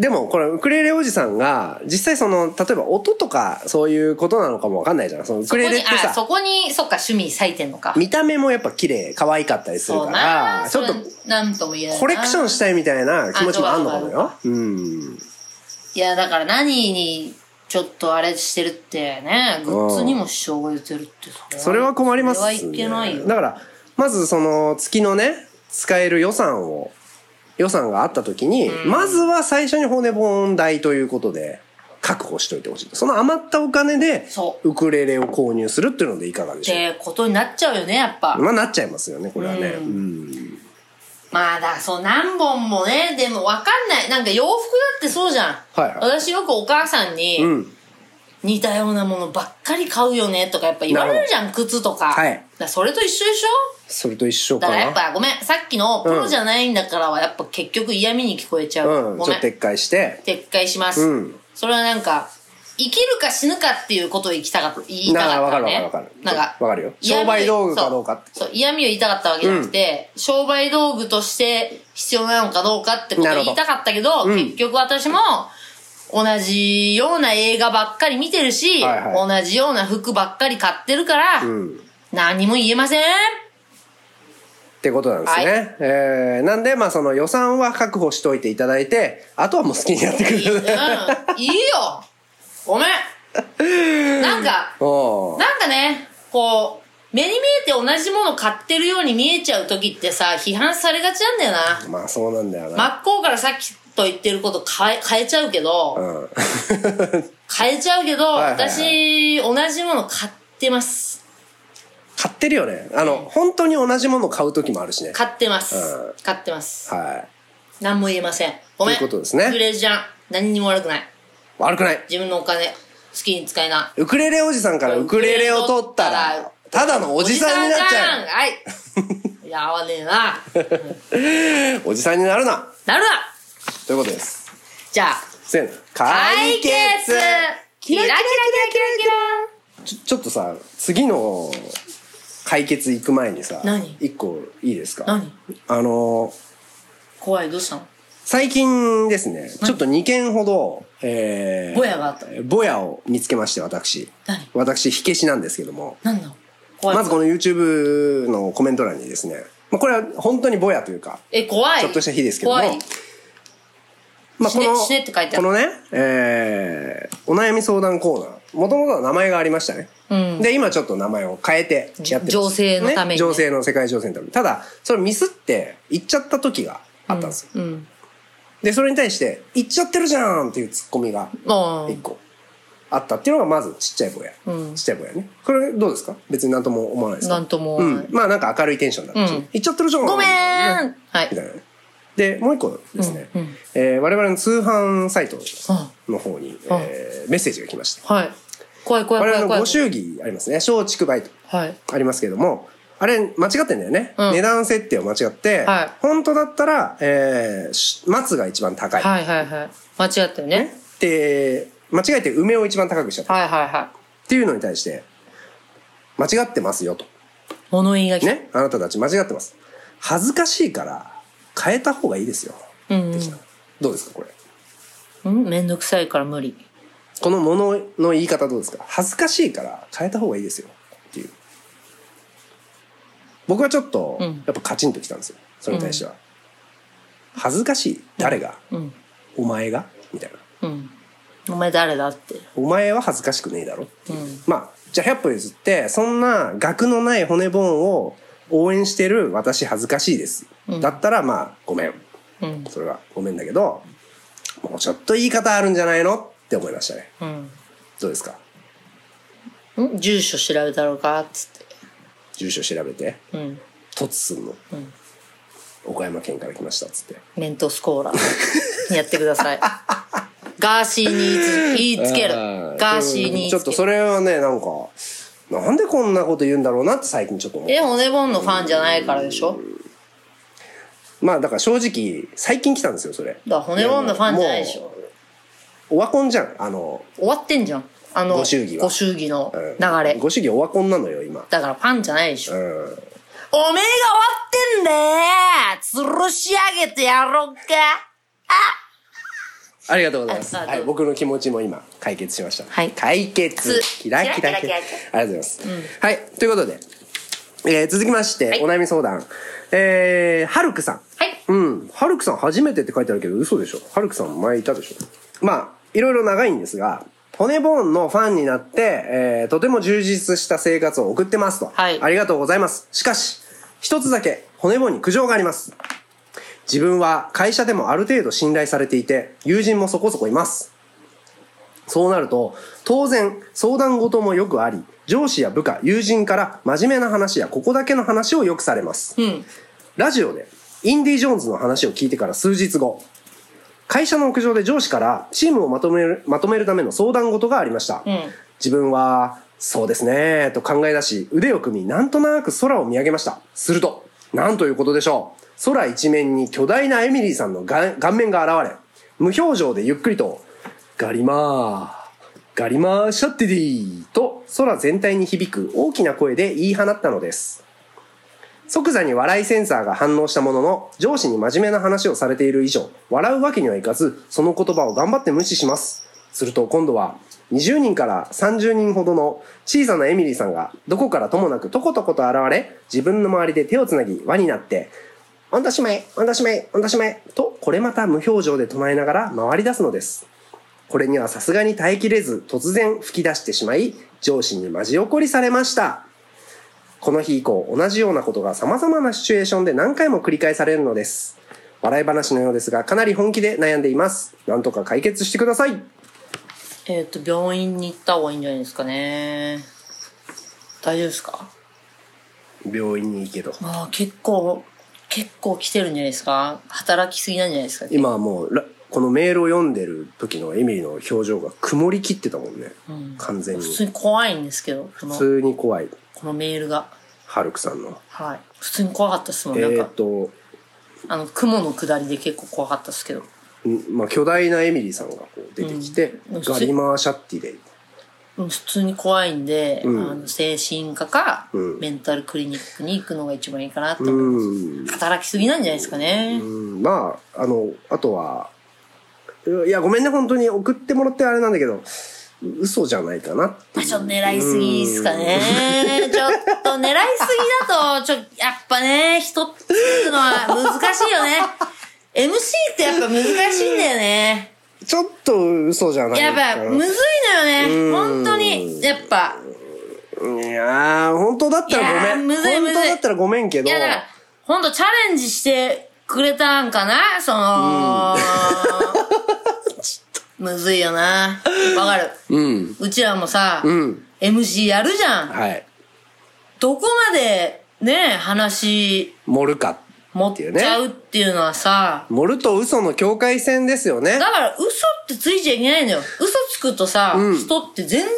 Speaker 3: でもこれウクレレおじさんが実際その例えば音とかそういうことなのかもわかんないじゃんそのウ
Speaker 2: そ
Speaker 3: ク
Speaker 2: こ
Speaker 3: レレ
Speaker 2: に
Speaker 3: っ、て
Speaker 2: あ、
Speaker 3: さ
Speaker 2: そこに、そっか、趣味咲いてんのか。
Speaker 3: 見た目もやっぱ綺麗可愛かったりする
Speaker 2: そう
Speaker 3: か
Speaker 2: な
Speaker 3: ら
Speaker 2: あ
Speaker 3: ちょっと
Speaker 2: それなんとも言えないな
Speaker 3: コレクションしたいみたいな気持ちもあんのかも
Speaker 2: あ
Speaker 3: ようん
Speaker 2: いやだから何にちょっとあれしてるってねグッズにも支障が出てるって
Speaker 3: それは困ります
Speaker 2: それはいけないよ
Speaker 3: だからまずその月のね使える予算を、予算があった時に、まずは最初に骨盆代ということで、確保しといてほしい。その余ったお金で
Speaker 2: そ、う
Speaker 3: ウクレレを購入するっていうのでいかがで
Speaker 2: っ
Speaker 3: しょう
Speaker 2: てことになっちゃうよね、やっぱ。
Speaker 3: まあなっちゃいますよね、これはね。
Speaker 2: う
Speaker 3: うん。
Speaker 2: まあだ、そう何本もね、でもわかんない。なんか洋服だってそうじゃん。
Speaker 3: はいはい
Speaker 2: 私よくお母さんに、
Speaker 3: うん。
Speaker 2: 似たようなものばっかり買うよねとかやっぱ言われるじゃん、靴とか。
Speaker 3: はい
Speaker 2: だからそれと一緒でしょ
Speaker 3: それと一緒
Speaker 2: だ
Speaker 3: か
Speaker 2: からやっ
Speaker 3: な。
Speaker 2: ぱごめん、さっきのプロじゃないんだからはやっぱ結局嫌味に聞こえちゃう。
Speaker 3: うん。
Speaker 2: ご
Speaker 3: ちょ
Speaker 2: め
Speaker 3: っ
Speaker 2: ん、
Speaker 3: と
Speaker 2: 撤
Speaker 3: 撤回して。
Speaker 2: 回します、
Speaker 3: うん
Speaker 2: それはなんか、生きるか死ぬかっていうことを言いたかった。言いた
Speaker 3: なあ
Speaker 2: か
Speaker 3: わ
Speaker 2: っ
Speaker 3: か
Speaker 2: た
Speaker 3: る
Speaker 2: の
Speaker 3: わか
Speaker 2: ね。
Speaker 3: るわかる。
Speaker 2: なんか、
Speaker 3: わかるよ。
Speaker 2: 嫌味
Speaker 3: 商売道具かどうかって。
Speaker 2: そうそう嫌味を言いたかったわけじゃなくて、商売道具として必要なのかどうかってこと
Speaker 3: な
Speaker 2: を
Speaker 3: るほ
Speaker 2: 言
Speaker 3: ど
Speaker 2: いたかったけど、
Speaker 3: うん
Speaker 2: 結局私も、同じような映画ばっかり見てるし、
Speaker 3: はいは
Speaker 2: 同じような服ばっかり買ってるから、
Speaker 3: うん。
Speaker 2: 何も言えません。
Speaker 3: ってことなんですね。
Speaker 2: は
Speaker 3: えー、なんで、まあその予算は確保しといていただいて、あとはもう好きにやってく
Speaker 2: いいうん
Speaker 3: れる。
Speaker 2: いいよごめんなんか、
Speaker 3: おー
Speaker 2: なんかね、こう、目に見えて同じもの買ってるように見えちゃう時ってさ、批判されがちなんだよな。
Speaker 3: まあそうなんだよな。
Speaker 2: 真っ向からさっきと言ってること変え変えちゃうけど、
Speaker 3: うん。
Speaker 2: 変えちゃうけど、
Speaker 3: はいはいはい
Speaker 2: 私、同じもの買ってます。
Speaker 3: 買ってるよね。あの、本当に同じもの買う時もあるしね。
Speaker 2: 買ってます。
Speaker 3: うん
Speaker 2: 買ってます。
Speaker 3: はい。
Speaker 2: 何も言えません。ごめん。
Speaker 3: ということです
Speaker 2: ウ
Speaker 3: ね
Speaker 2: クレレじゃん。何にも悪くない。
Speaker 3: 悪くない。
Speaker 2: 自分のお金、好きに使いな。
Speaker 3: ウクレレおじさんからウクレレを取ったら、ただのおじさんになっちゃ
Speaker 2: おじさんじゃんはい。 いや、合わねえな。
Speaker 3: う。おじさんになるな。
Speaker 2: なるな
Speaker 3: ということです。
Speaker 2: じゃあ、
Speaker 3: せーの。
Speaker 2: 解決キラキラキラキラキラ
Speaker 3: ちょちょっとさ、次の解決行く前にさ、
Speaker 2: 何
Speaker 3: 一個いいですか
Speaker 2: 何
Speaker 3: あの、
Speaker 2: 怖い、どうしたの
Speaker 3: 最近ですね、ちょっと2件ほど、えー、
Speaker 2: ぼやがあった。
Speaker 3: ぼやを見つけまして、私。
Speaker 2: 何
Speaker 3: 私、火消しなんですけども。
Speaker 2: 何だ怖い。
Speaker 3: まずこの YouTube のコメント欄にですね、まあ、これは本当にぼやというか、
Speaker 2: え、怖い。
Speaker 3: ちょっとした火ですけども、
Speaker 2: 怖い。
Speaker 3: まあ、
Speaker 2: 死
Speaker 3: こ
Speaker 2: ね
Speaker 3: の、
Speaker 2: 死ねって書いてある
Speaker 3: このね、えー、お悩み相談コーナー、もともとは名前がありましたね。
Speaker 2: うん
Speaker 3: で、今ちょっと名前を変えてやってます
Speaker 2: 情勢のためにね
Speaker 3: 情勢の世界情勢のために。ただ、それミスって言っちゃった時があったんですよ。
Speaker 2: うん。
Speaker 3: で、それに対して、言っちゃってるじゃんっていうツッコミが
Speaker 2: あ
Speaker 3: 一個あったっていうのがまずちっちゃいぼや。
Speaker 2: うん
Speaker 3: ちっちゃいぼやね。これどうですか別になんとも思わないですか
Speaker 2: なんとも
Speaker 3: う
Speaker 2: 思わない
Speaker 3: ん。まあなんか明るいテンションだったし、
Speaker 2: うん
Speaker 3: 言っちゃってるじゃん
Speaker 2: ごめん
Speaker 3: ね
Speaker 2: は
Speaker 3: み
Speaker 2: い。
Speaker 3: たいなね。で、もう一個ですね、
Speaker 2: うんうん
Speaker 3: えー我々の通販サイト
Speaker 2: あ
Speaker 3: の方に、
Speaker 2: あ
Speaker 3: えーメッセージが来ました。
Speaker 2: はい。怖い怖い
Speaker 3: 我
Speaker 2: 怖い
Speaker 3: 々の
Speaker 2: 怖い
Speaker 3: ご。祝儀ありますね。松竹梅と
Speaker 2: はい。
Speaker 3: ありますけれども、あれ間違ってんだよね。
Speaker 2: うん
Speaker 3: 値段設定を間違って、
Speaker 2: はい
Speaker 3: 本当だったら、えーし松が一番高い。
Speaker 2: はいはいはい。間違ったよね。
Speaker 3: で、間違えて梅を一番高くしちゃった。
Speaker 2: はいはいはい。
Speaker 3: っていうのに対して、間違ってますよと。
Speaker 2: 物言いが来た。
Speaker 3: ね。あなたたち間違ってます。恥ずかしいから、変えた方がいいですよ。
Speaker 2: うん
Speaker 3: できたどうですか、これ。
Speaker 2: うん。うんめんどくさいから無理。
Speaker 3: このものの言い方どうですか恥ずかしいから変えた方がいいですよ。っていう。僕はちょっと、
Speaker 2: う
Speaker 3: や
Speaker 2: ん
Speaker 3: っぱカチンときたんですよ。それに対しては。恥ずかしい誰が、
Speaker 2: うん。
Speaker 3: お前がみたいな。
Speaker 2: うん。お前誰だって。
Speaker 3: お前は恥ずかしくねえだろっていう、
Speaker 2: うん
Speaker 3: まあじゃあ100歩譲ってそんな額のない骨盆を応援してる私恥ずかしいです、
Speaker 2: うん
Speaker 3: だったらまあごめん
Speaker 2: うん。
Speaker 3: それはごめんだけどもうちょっと言い方あるんじゃないのって思いましたね
Speaker 2: うん。
Speaker 3: どうですか
Speaker 2: ん住所調べたろうかつっ
Speaker 3: 住所調べて
Speaker 2: て。うん。
Speaker 3: 凸すんの、
Speaker 2: うん
Speaker 3: 岡山県から来ましたっつって
Speaker 2: メントスコーラ。やってください。ガーシーに言いつ言いつける。ガーシーに言いつける。
Speaker 3: ちょっとそれはねなんかなんでこんなこと言うんだろうなって最近ちょっと思って
Speaker 2: え、骨ボンのファンじゃないからでしょ
Speaker 3: まあだから正直最近来たんですよそれ
Speaker 2: だから骨ボンのファンじゃないでしょ
Speaker 3: オワコンじゃんあの、
Speaker 2: 終わってんじゃん。あの、
Speaker 3: ご祝儀は
Speaker 2: ご祝儀の
Speaker 3: うん
Speaker 2: 流れ。
Speaker 3: ご主義オワコンなのよ今
Speaker 2: だからパンじゃないでしょ。
Speaker 3: うん
Speaker 2: おめえが終わってんだよ吊るし上げてやろうか
Speaker 3: ありがとうございます、
Speaker 2: ああ
Speaker 3: は
Speaker 2: ど
Speaker 3: い、
Speaker 2: う
Speaker 3: 僕の気持ちも今解決しました、
Speaker 2: はい
Speaker 3: 解決
Speaker 2: つ
Speaker 3: キラキラキラ
Speaker 2: キラキラキラ
Speaker 3: ありがとうございます、はいということで、えー続きまして、
Speaker 2: はい
Speaker 3: お悩み相談えー、ハルクさん
Speaker 2: はい。
Speaker 3: うん。ハルクさん初めてって書いてあるけど嘘でしょ。ハルクさん前いたでしょ。まあ、いろいろ長いんですが、骨ボーンのファンになって、えーとても充実した生活を送ってますと。
Speaker 2: はい
Speaker 3: ありがとうございます。しかし、一つだけ、骨棒に苦情があります。自分は会社でもある程度信頼されていて、友人もそこそこいます。そうなると、当然、相談事もよくあり、上司や部下、友人から真面目な話やここだけの話をよくされます。
Speaker 2: うん。
Speaker 3: ラジオで、インディ・ジョーンズの話を聞いてから数日後、会社の屋上で上司からチームをまとめる、まとめるための相談事がありました。
Speaker 2: うん
Speaker 3: 自分は、そうですね、と考え出し、腕を組み、なんとなく空を見上げました。すると、なんということでしょう。空一面に巨大なエミリーさんのが顔面が現れ、無表情でゆっくりと、ガリマー、ガリマーシャッティディーと空全体に響く大きな声で言い放ったのです。即座に笑いセンサーが反応したものの、上司に真面目な話をされている以上、笑うわけにはいかず、その言葉を頑張って無視します。すると今度は、20人から30人ほどの小さなエミリーさんが、どこからともなくとことこと現れ、自分の周りで手をつなぎ輪になって、おんだしまい、おんだしまい、おんだしまい、と、これまた無表情で唱えながら回り出すのです。これにはさすがに耐えきれず、突然吹き出してしまい、上司にマジ怒りされました。この日以降、同じようなことが様々なシチュエーションで何回も繰り返されるのです。笑い話のようですが、かなり本気で悩んでいます。なんとか解決してください。
Speaker 2: えっ、と、病院に行った方がいいんじゃないですかね。大丈夫ですか
Speaker 3: 病院に行けと。
Speaker 2: まあ、結構、結構来てるんじゃないですか働きすぎなんじゃないですか
Speaker 3: 今はもう、らこのメールを読んでる時のエミリの表情が曇り切ってたもんね。完全に。
Speaker 2: 普通に怖いんですけど、この
Speaker 3: 普、通に怖い。
Speaker 2: このメールが。
Speaker 3: ハルクさんの。
Speaker 2: はい。普通に怖かったっすもん。
Speaker 3: え
Speaker 2: なん
Speaker 3: ー
Speaker 2: か
Speaker 3: っ、と、
Speaker 2: あの、雲の下りで結構怖かったっすけど。
Speaker 3: んまあ、巨大なエミリーさんがこう出てきて、
Speaker 2: うん
Speaker 3: ガリマーシャッティで、
Speaker 2: うん普通に怖いんで、
Speaker 3: うん
Speaker 2: あの精神科か、
Speaker 3: うん
Speaker 2: メンタルクリニックに行くのが一番いいかなと思います。
Speaker 3: うん、
Speaker 2: 働きすぎなんじゃないですかね。
Speaker 3: うんまあ、あの、あとは、いや、ごめんね、本当に送ってもらってあれなんだけど、嘘じゃないかな。
Speaker 2: まあちょっと狙いすぎですかね。ちょっと狙いすぎだと、ちょ、やっぱね、人っていうのは難しいよね。MC ってやっぱ難しいんだよね。
Speaker 3: ちょっと嘘じゃない
Speaker 2: や
Speaker 3: か
Speaker 2: っ
Speaker 3: な。
Speaker 2: ぱ、むずいのよ
Speaker 3: う
Speaker 2: ね。
Speaker 3: ん
Speaker 2: 本当に。やっぱ。
Speaker 3: いやー、本当だったらごめん。
Speaker 2: いやーむずいむずい
Speaker 3: 本当だったらごめんけ
Speaker 2: い
Speaker 3: ど、
Speaker 2: や、だから、本当チャレンジしてくれたんかなその、むずいよな。わかる。
Speaker 3: うん、
Speaker 2: うちらもさ、
Speaker 3: うん、
Speaker 2: MC やるじゃん。
Speaker 3: はい。
Speaker 2: どこまで、ね、話、
Speaker 3: 盛るか。
Speaker 2: 持っちゃうっていうのはさ、
Speaker 3: 盛ると嘘の境界線ですよね
Speaker 2: だ。から嘘ってついちゃいけないんだよ。嘘つくとさ、
Speaker 3: うん
Speaker 2: 人って全然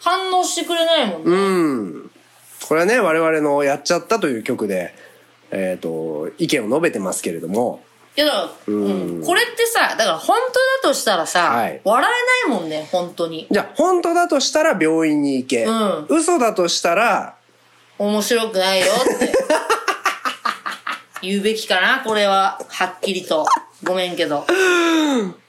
Speaker 2: 反応してくれないもんね。
Speaker 3: うん。これはね、我々のやっちゃったという曲で、えっ、と、意見を述べてますけれども、
Speaker 2: いやだから、うんこれってさ、だから本当だとしたらさ、
Speaker 3: はい
Speaker 2: 笑えないもんね、本当に。
Speaker 3: じゃあ、本当だとしたら病院に行け。
Speaker 2: うん
Speaker 3: 嘘だとしたら、
Speaker 2: 面白くないよ って。言うべきかな、これは。はっきりと。ごめんけど。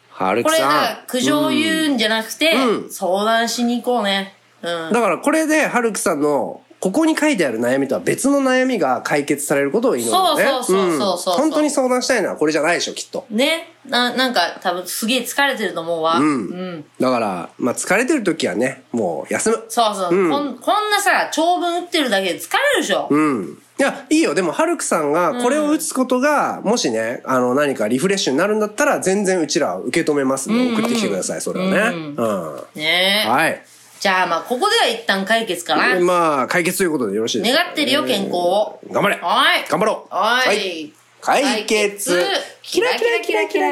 Speaker 3: はる
Speaker 2: こ
Speaker 3: き
Speaker 2: れ、だか
Speaker 3: さ
Speaker 2: ら
Speaker 3: ん。
Speaker 2: 苦情
Speaker 3: うん
Speaker 2: 言うんじゃなくて、
Speaker 3: うん
Speaker 2: 相談しに行こうね。うん。
Speaker 3: だからこれで、はるきさんの、ここに書いてある悩みとは別の悩みが解決されることを祈るのね。
Speaker 2: そうそうそうそうそうん
Speaker 3: 本当に相談したいのはこれじゃないでしょ、きっと。
Speaker 2: ね。な、なんか、多分すげえ疲れてると思うわ。
Speaker 3: うん
Speaker 2: うん
Speaker 3: だから、まあ疲れてる時はね、もう休む。
Speaker 2: そうそう、
Speaker 3: うん
Speaker 2: こん。こんなさ、長文打ってるだけで疲れるでしょ。
Speaker 3: うん。いや、いいよ。でも、はるくさんが、これを打つことが、もしね、あの、何かリフレッシュになるんだったら、全然うちらは受け止めますんで、送ってきてください、それはね。うん。
Speaker 2: ねえ。
Speaker 3: はい。
Speaker 2: じゃあまあ、ここでは一旦解決かな。
Speaker 3: まあ、解決ということでよろしいですか
Speaker 2: 願ってるよ、健康を。
Speaker 3: 頑張れ
Speaker 2: はい。
Speaker 3: 頑張ろう
Speaker 2: は
Speaker 3: はい
Speaker 2: い。
Speaker 3: 解決
Speaker 2: キラキラキラキラ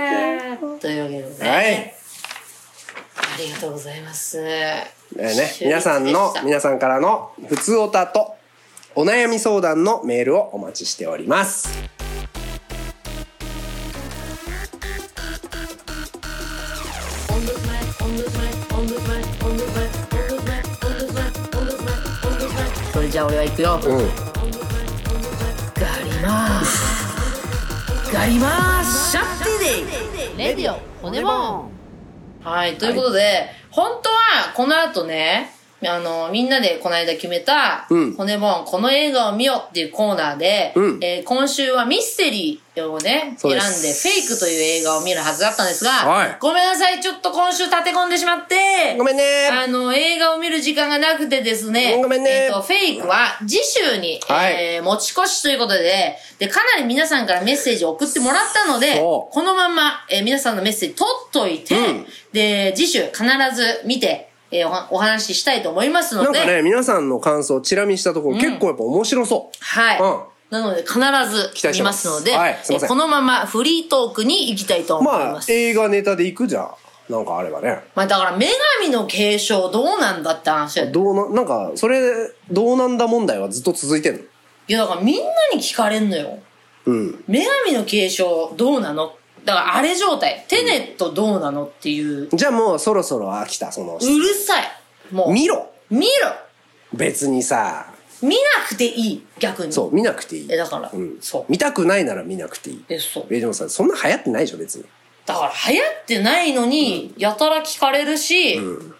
Speaker 2: というわけでね。
Speaker 3: はい。
Speaker 2: ありがとうございます。
Speaker 3: えーね、皆さんの、皆さんからの、普通おたと、お悩み相談のメールをお待ちしております。
Speaker 2: それじゃあ俺は行くよ。
Speaker 3: うん。
Speaker 2: ガリマー。ガリマーシャッティデイ
Speaker 6: レディオ骨も
Speaker 2: はい、ということで、本当はこの後ね、あの、みんなでこの間決めた、
Speaker 3: うん
Speaker 2: 骨本、この映画を見よっていうコーナーで、
Speaker 3: うん
Speaker 2: えー今週はミステリーをね、
Speaker 3: そう
Speaker 2: 選ん
Speaker 3: で
Speaker 2: で、
Speaker 3: す
Speaker 2: フェイクという映画を見るはずだったんですが、
Speaker 3: はい
Speaker 2: ごめんなさい、ちょっと今週立て込んでしまって、
Speaker 3: ごめんね
Speaker 2: あの、映画を見る時間がなくてですね、
Speaker 3: ごめんね
Speaker 2: えっと、フェイクは次週に、
Speaker 3: はい
Speaker 2: えー持ち越しということで、で、かなり皆さんからメッセージを送ってもらったので、
Speaker 3: そ
Speaker 2: こ
Speaker 3: う
Speaker 2: のまま、えー皆さんのメッセージ取っといて、
Speaker 3: うん
Speaker 2: で、次週必ず見て、えーおはお話ししたいと思います
Speaker 3: な
Speaker 2: の
Speaker 3: ん
Speaker 2: で、
Speaker 3: かね、皆さんの感想をチラ見したところ、結構やっぱ面白そう。
Speaker 2: はい。
Speaker 3: うん
Speaker 2: なので、必
Speaker 3: 期
Speaker 2: ず
Speaker 3: 待し
Speaker 2: 見
Speaker 3: てま
Speaker 2: ますすので、
Speaker 3: はいすいま
Speaker 2: え
Speaker 3: せん
Speaker 2: ーこのままフリートークに行きたいと思い
Speaker 3: まあ
Speaker 2: ま、す。まあ
Speaker 3: 映画ネタでいくじゃん。なんかあればね。
Speaker 2: だから、女神の継承どうなんだって話だよね
Speaker 3: どうな、なんか、それ、どうなんだ問題はずっと続いてんの。
Speaker 2: いや、だからみんなに聞かれんのよ。
Speaker 3: うん。
Speaker 2: 女神の継承どうなのだからあれ状態。テネットどうなのっていう。
Speaker 3: じゃあもうそろそろ飽きた、その
Speaker 2: う、るさい。もう。
Speaker 3: 見ろ
Speaker 2: 見ろ
Speaker 3: 別にさ、
Speaker 2: 見なくていい。逆に。
Speaker 3: そう、見なくていい
Speaker 2: え、。だから。
Speaker 3: うん。
Speaker 2: そう。
Speaker 3: 見たくないなら見なくていい。
Speaker 2: え、そう。
Speaker 3: え、でもさ、そんな流行ってないでしょ、別に。
Speaker 2: だから流行ってないのに、やたら聞かれるし、
Speaker 3: ん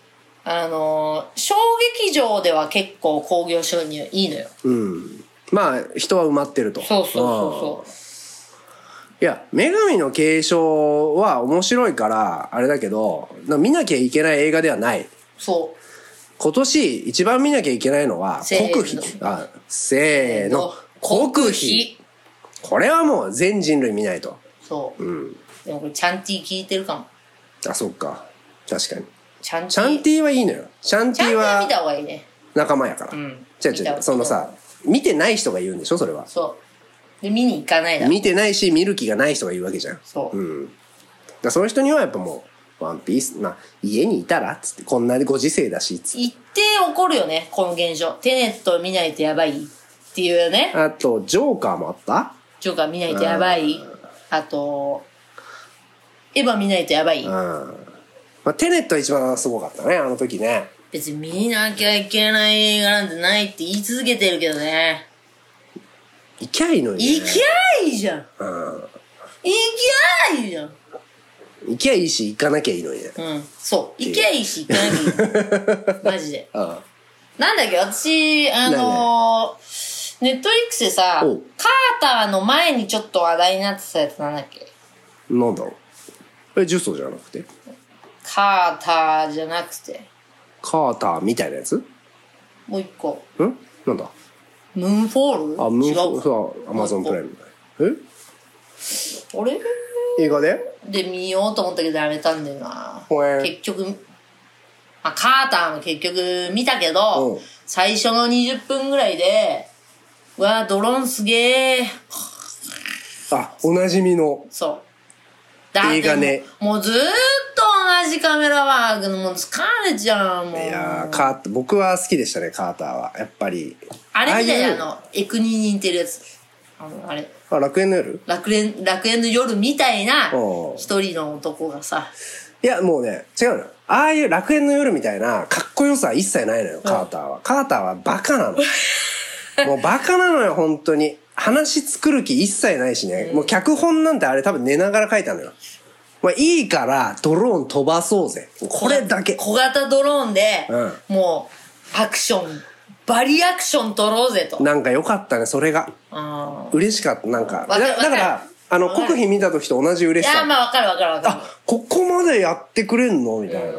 Speaker 2: あのー小劇場では結構興行収入いいのよ。
Speaker 3: うん。まあ、人は埋まってると。
Speaker 2: そうそうそうそう。
Speaker 3: いや、女神の継承は面白いから、あれだけど、な見なきゃいけない映画ではない。
Speaker 2: そ
Speaker 3: 今年一番見なきゃいけないのは、
Speaker 2: せーの
Speaker 3: 国費。あせー
Speaker 2: う。
Speaker 3: の、国費。。これはもう全人類見ないと。
Speaker 2: そう。
Speaker 3: うん。
Speaker 2: でもこれチャンティ聞いてるかも。
Speaker 3: あ、そっか。確かに。
Speaker 2: チャンティ。
Speaker 3: シャンティはいいのよ。シャン
Speaker 2: チ
Speaker 3: テ
Speaker 2: ャン
Speaker 3: ィ
Speaker 2: ティは見
Speaker 3: は
Speaker 2: た方がいいね。
Speaker 3: 仲間やから。
Speaker 2: うん
Speaker 3: 違う
Speaker 2: 見た
Speaker 3: 違
Speaker 2: 方
Speaker 3: う。
Speaker 2: が
Speaker 3: そのさ、見てない人が言うんでしょ、それは。
Speaker 2: そう。で、見に行かないだろ。
Speaker 3: 見てないし、見る気がない人が言うわけじゃん。
Speaker 2: そう。
Speaker 3: うん。だからその人にはやっぱもう、ワンピース、まあ、家にいたらっつって、こんなご時世だし、つって。
Speaker 2: 一定起こるよね、この現象。テネット見ないとやばいっていうね。
Speaker 3: あと、ジョーカーもあった
Speaker 2: ジョーカー見ないとやばい。あと、エヴァ見ないとやばい
Speaker 3: うん。。まあ、テネットは一番すごかったね、あの時ね。
Speaker 2: 別に見なきゃいけない映画なんてないって言い続けてるけどね。
Speaker 3: 行きゃいいのに、ね。
Speaker 2: 行きゃいいじゃん。
Speaker 3: うん。
Speaker 2: 行きゃいいじゃん。
Speaker 3: 行きゃいいし、行かなきゃいいのにね。
Speaker 2: うん。そう。行きゃいいし、行 かなきゃいい。マジで。
Speaker 3: うん。
Speaker 2: なんだっけ、私、あのー、ネットリックスでさ、カ
Speaker 3: お
Speaker 2: ー
Speaker 3: う
Speaker 2: ターの前にちょっと話題になってたやつなんだっけ
Speaker 3: なんだろう。え、ジュソーじゃなくて
Speaker 2: カーターじゃなくて、
Speaker 3: カーターみたいなやつん
Speaker 2: もう一個。
Speaker 3: なんだ
Speaker 2: ムーンフォール
Speaker 3: あ、ムー
Speaker 2: 違
Speaker 3: ン
Speaker 2: うか
Speaker 3: そう、アマゾンプライム。
Speaker 2: あれ
Speaker 3: え映画で
Speaker 2: で見ようと思ったけどやめたんだよな。
Speaker 3: ほえ
Speaker 2: 結局、まあ、カーターも結局見たけ
Speaker 3: う
Speaker 2: ど
Speaker 3: ん、
Speaker 2: 最初の20分ぐらいで、うわドローンすげえ。
Speaker 3: あ、おなじみの。
Speaker 2: そう。だってもう
Speaker 3: 映画ね
Speaker 2: もうずーっと同じカメラワークのもう疲れちゃうもん。
Speaker 3: いやー、カーター、僕は好きでしたね、カーターは。やっぱり。
Speaker 2: あれみたいなあの、
Speaker 3: あ
Speaker 2: エクニに似てるやつ。あの、あれ。
Speaker 3: あ、楽園の夜
Speaker 2: 楽園、楽園の夜みたいな
Speaker 3: うん、
Speaker 2: 一人の男がさ、
Speaker 3: いや、もうね、違うのよ。ああいう楽園の夜みたいな、かっこよさは一切ないのよ、カーターは。カーターはバカなの。 もうバカなのよ、本当に。話作る気一切ないしね。もう脚本なんてあれ多分寝ながら書いたのよ。まあいいから、ドローン飛ばそうぜ。これだけ。
Speaker 2: 小型ドローンで、
Speaker 3: う
Speaker 2: もう、アクション、バリアクション撮ろうぜと。
Speaker 3: なんか良かったね、それが。
Speaker 2: うん
Speaker 3: 嬉しかった、なんか。
Speaker 2: わか
Speaker 3: だ
Speaker 2: るわか
Speaker 3: だ
Speaker 2: る
Speaker 3: から、あの、
Speaker 2: わか
Speaker 3: 国
Speaker 2: る
Speaker 3: 費見た時と同じ
Speaker 2: い
Speaker 3: 嬉し
Speaker 2: や、
Speaker 3: さ。
Speaker 2: まあわかるわかるわかる。
Speaker 3: あ、ここまでやってくれんのみたいな。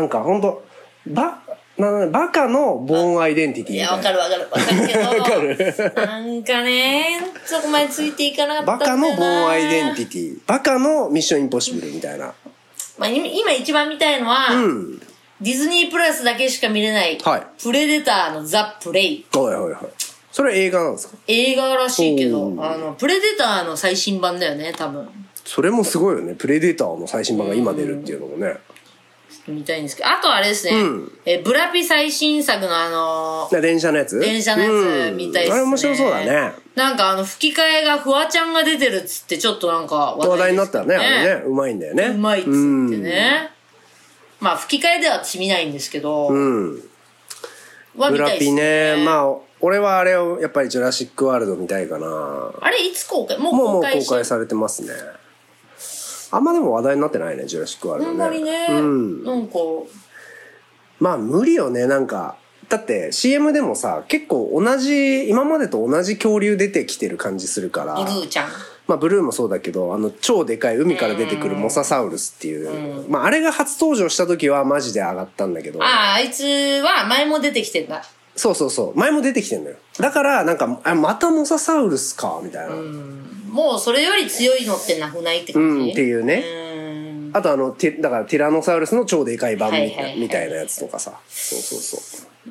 Speaker 3: なんか本当バ、なバカのボーンアイデンティティ
Speaker 2: い
Speaker 3: み
Speaker 2: や、
Speaker 3: たいな。
Speaker 2: わかるわかる。わかるけど
Speaker 3: わ、
Speaker 2: なんかね、そこまでついていかなか
Speaker 3: バ
Speaker 2: った
Speaker 3: カ
Speaker 2: んだ
Speaker 3: の
Speaker 2: よな。
Speaker 3: ボーンアイデンティティ。バカのミッションインポッシブルみたいな。
Speaker 2: まあ、今今一番見たいのは、
Speaker 3: うん。
Speaker 2: ディズニープラスだけしか見れない、
Speaker 3: はい
Speaker 2: プレデターのザ・プレイ。
Speaker 3: はいはいはい。それ映画なんですか
Speaker 2: 映画らしいけど
Speaker 3: お、ー
Speaker 2: あの、プレデターの最新版だよね、多分。
Speaker 3: それもすごいよね。プレデターの最新版が今出るっていうのもね。
Speaker 2: 見たいんですけど。あとあれですね、
Speaker 3: うん
Speaker 2: えブラピ最新作のあのー
Speaker 3: で電車のやつ
Speaker 2: 電車のやつ見たいっすね、
Speaker 3: うんあれ面白そうだね。
Speaker 2: なんかあの、吹き替えがフワちゃんが出てるっつって、ちょっとなんか
Speaker 3: 話題にな
Speaker 2: です
Speaker 3: った
Speaker 2: け
Speaker 3: よ
Speaker 2: ど
Speaker 3: ね。あれね。うまいんだよね。
Speaker 2: うまいっつってね。まあ、吹き替えでは私見ないんですけど、
Speaker 3: うん。うん。
Speaker 2: は
Speaker 3: ブ
Speaker 2: 見た
Speaker 3: ラ
Speaker 2: いっす
Speaker 3: ピね。
Speaker 2: ね。
Speaker 3: まあ、俺はあれを、やっぱりジュラシックワールド見たいかな。も
Speaker 2: あれ、いつ公開もう
Speaker 3: うも
Speaker 2: 公
Speaker 3: う
Speaker 2: 開
Speaker 3: 公
Speaker 2: して
Speaker 3: 開されてますね。あんまでも話題になってないね、ジュラシックワール
Speaker 2: あ
Speaker 3: ド
Speaker 2: ん
Speaker 3: ね。
Speaker 2: まりね、
Speaker 3: うん。
Speaker 2: なんか、
Speaker 3: まあ無理よね、なんか。だって CM でもさ、結構同じ、今までと同じ恐竜出てきてる感じするから。
Speaker 2: ブルーちゃん。
Speaker 3: まあ、ブルーもそうだけど、あの、超でかい海から出てくるモササウルスっていう、まあ、あれが初登場した時はマジで上がったんだけど、
Speaker 2: ああ、あいつは前も出てきてんだ。
Speaker 3: そうそうそう、前も出てきてんのよ。だから、なんか、あ、またモササウルスか、みたいな。うん、
Speaker 2: もうそれより強いのってなくないって感じ。。
Speaker 3: っていううね。
Speaker 2: ん。
Speaker 3: あと、あの、てだから、ティラノサウルスの超でかい版みた,、
Speaker 2: はいいはいはい
Speaker 3: みたいなやつとかさ。そうそうそう。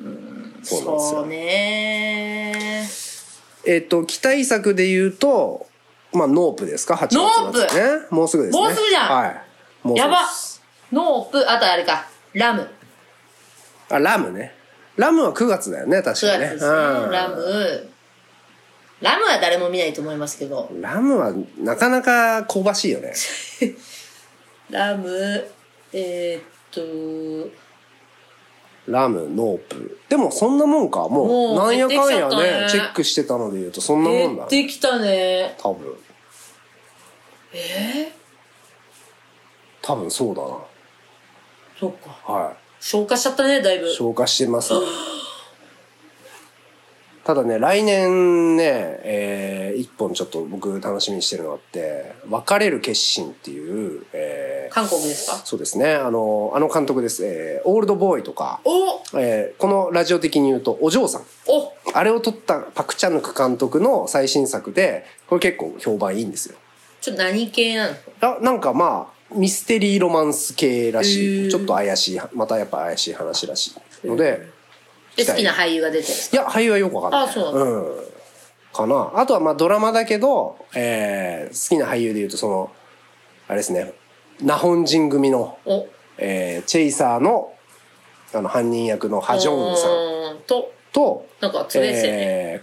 Speaker 3: そうなんです
Speaker 2: そ
Speaker 3: よ
Speaker 2: う。ね。
Speaker 3: えっ、と、期待作で言うと、まあ、ノープですか ?8 月
Speaker 2: ノープ
Speaker 3: 末ね。もうすぐですね。
Speaker 2: もうすぐじゃん
Speaker 3: はい。もうす
Speaker 2: や
Speaker 3: ぐです
Speaker 2: ば。ノープ、あとあれか。ラム。
Speaker 3: あ、ラムね。ラムは9月だよね、確
Speaker 2: 9
Speaker 3: かね。
Speaker 2: 月ですね。
Speaker 3: うん
Speaker 2: ラム。ラムは誰も見ないと思いますけど。
Speaker 3: ラムはなかなか香ばしいよね。
Speaker 2: ラム、えーっと、
Speaker 3: ラム、ノープ。でもそんなもんか。もう、
Speaker 2: も
Speaker 3: な
Speaker 2: うん
Speaker 3: やかんや
Speaker 2: 出てきちゃった
Speaker 3: ね、
Speaker 2: ね
Speaker 3: チェックしてたので言うとそんなもんだ
Speaker 2: 出
Speaker 3: ね。
Speaker 2: てきたね。
Speaker 3: 多分。
Speaker 2: え
Speaker 3: 多分そうだ
Speaker 2: ー、そっか。
Speaker 3: な。はい。
Speaker 2: 消化しちゃったね、だいぶ。
Speaker 3: 消化してますね。 ただね、来年ね、えー一本ちょっと僕楽しみにしてるのがあって、別れる決心っていう、えー
Speaker 2: 韓国ですか
Speaker 3: そうですね、あの、あの監督です、えーオールドボーイとか、
Speaker 2: お
Speaker 3: えーこのラジオ的に言うと、お嬢さん。
Speaker 2: お
Speaker 3: あれを撮ったパクチャヌク監督の最新作で、これ結構評判いいんですよ。
Speaker 2: ちょっと何系なの
Speaker 3: あなんかまあ、ミステリーロマンス系らし
Speaker 2: へ
Speaker 3: い。
Speaker 2: ー
Speaker 3: ちょっと怪しい、またやっぱ怪しい話らしい。ので、
Speaker 2: で、好きな俳優が出てる。
Speaker 3: いや、俳優はよくわかんない。。
Speaker 2: あそうなん
Speaker 3: かな。あとはまあドラマだけど、えー好きな俳優で言うとその、あれですね、ナホン人組の、
Speaker 2: お
Speaker 3: えーチェイサーの、あの、犯人役のハジョンウンさん
Speaker 2: うーんと、
Speaker 3: と、
Speaker 2: なんか連れですよね。
Speaker 3: えー、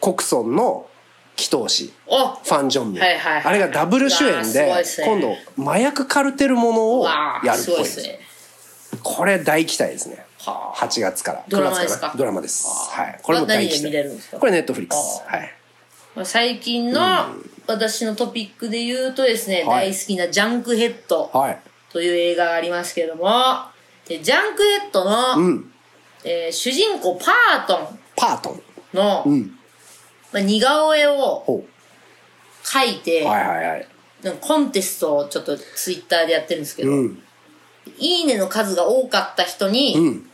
Speaker 3: コクソンの祈祷師。
Speaker 2: お
Speaker 3: ファン・ジョンミン、
Speaker 2: はいはいはい
Speaker 3: あれがダブル主演で
Speaker 2: うわーすごい
Speaker 3: 今
Speaker 2: っすね
Speaker 3: 度麻薬カルテルものを
Speaker 2: わ
Speaker 3: や
Speaker 2: あ、
Speaker 3: るっ
Speaker 2: す
Speaker 3: ぽ
Speaker 2: ご
Speaker 3: い
Speaker 2: いで
Speaker 3: で
Speaker 2: すすね。
Speaker 3: これ大期待ですね
Speaker 2: はあ
Speaker 3: 8月から
Speaker 2: ドラマ
Speaker 3: 9月か
Speaker 2: です
Speaker 3: な
Speaker 2: か
Speaker 3: ドラマですはいこれも
Speaker 2: これは何
Speaker 3: 大
Speaker 2: で
Speaker 3: 期待
Speaker 2: 見れるんですか
Speaker 3: これネットフリックスはい
Speaker 2: まあ最近の私のトピックで言うとですね、
Speaker 3: はい
Speaker 2: 大好きなジャンクヘッド
Speaker 3: はい
Speaker 2: という映画がありますけども、でジャンクヘッドの、
Speaker 3: うん
Speaker 2: えー主人公パートン
Speaker 3: パートン
Speaker 2: の、
Speaker 3: うん
Speaker 2: まあ、似顔絵を
Speaker 3: ほ
Speaker 2: 描いて、
Speaker 3: うはいはいはい
Speaker 2: なんかコンテストをちょっとツイッターでやってるんですけど、
Speaker 3: うん
Speaker 2: いいねの数が多かった人に、
Speaker 3: うん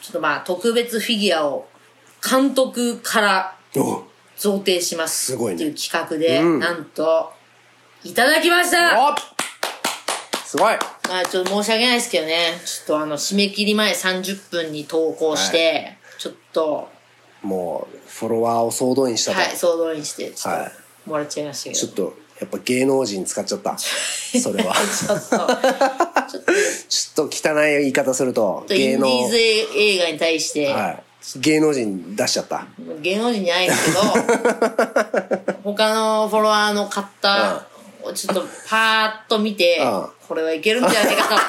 Speaker 2: ちょっとまあ特別フィギュアを監督から
Speaker 3: おう
Speaker 2: 贈呈します
Speaker 3: すごい
Speaker 2: っ
Speaker 3: ね
Speaker 2: ていう企画で、
Speaker 3: うん
Speaker 2: なんと、いただきました
Speaker 3: おすごい
Speaker 2: まあちょっと申し訳ないですけどね、ちょっとあの締め切り前30分に投稿して、ちょっと、
Speaker 3: もうフォロワーを総動員したと
Speaker 2: はい、総動員して、ちょっ
Speaker 3: はい
Speaker 2: ともらっちゃいましたけ
Speaker 3: ちょっ
Speaker 2: ど。
Speaker 3: とやっぱ芸能人使っち ゃったそれは
Speaker 2: ちょっと、
Speaker 3: ちょっと汚い言い方すると
Speaker 2: イ
Speaker 3: 芸
Speaker 2: ンデ
Speaker 3: 能
Speaker 2: ィーズ映画に対して、
Speaker 3: はい、芸能人出しちゃった
Speaker 2: 芸能人じゃない ですけど、他のフォロワーの方をちょっとパーッと見て
Speaker 3: うん、
Speaker 2: これはいけるんじゃないか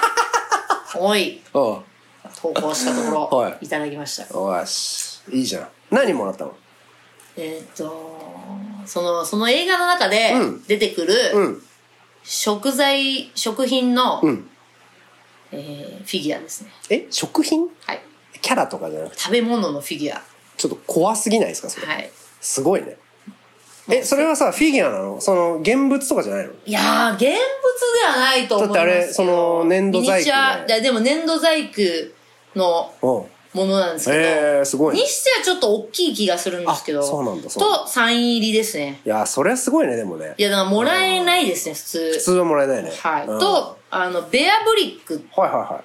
Speaker 2: と、思い、
Speaker 3: うん
Speaker 2: 投稿したとこ
Speaker 3: は
Speaker 2: ろ
Speaker 3: い、
Speaker 2: いただきました。
Speaker 3: よしいいじゃん何もらったの
Speaker 2: えーっと、その、その映画の中で
Speaker 3: うん
Speaker 2: 出てく
Speaker 3: う
Speaker 2: る
Speaker 3: ん
Speaker 2: 食材、食品の、
Speaker 3: うん
Speaker 2: えーフィギュアですね。
Speaker 3: え食品
Speaker 2: はい。
Speaker 3: キャラとかじゃなくて
Speaker 2: 食べ物のフィギュア。
Speaker 3: ちょっと怖すぎないですかそれ、
Speaker 2: はい。
Speaker 3: すごいねえそれはさフィギュアなのその現物とかじゃないの
Speaker 2: いやー、現物ではないと思いますけど。
Speaker 3: だってあれその粘土細工で
Speaker 2: ミニチュアいや、でも粘土細工の
Speaker 3: うん
Speaker 2: ものなんですけど。
Speaker 3: えー、すごい
Speaker 2: に
Speaker 3: ね
Speaker 2: してはちょっと大きい気がするんですけど。
Speaker 3: あそうなんだそうなんだ
Speaker 2: と、サイン入りですね。
Speaker 3: いやそれはすごいねでもね
Speaker 2: いや、だからもらえないですね、普通。
Speaker 3: 普通はもらえないね
Speaker 2: はい。
Speaker 3: うん
Speaker 2: と、あの、ベアブリックっ
Speaker 3: はいは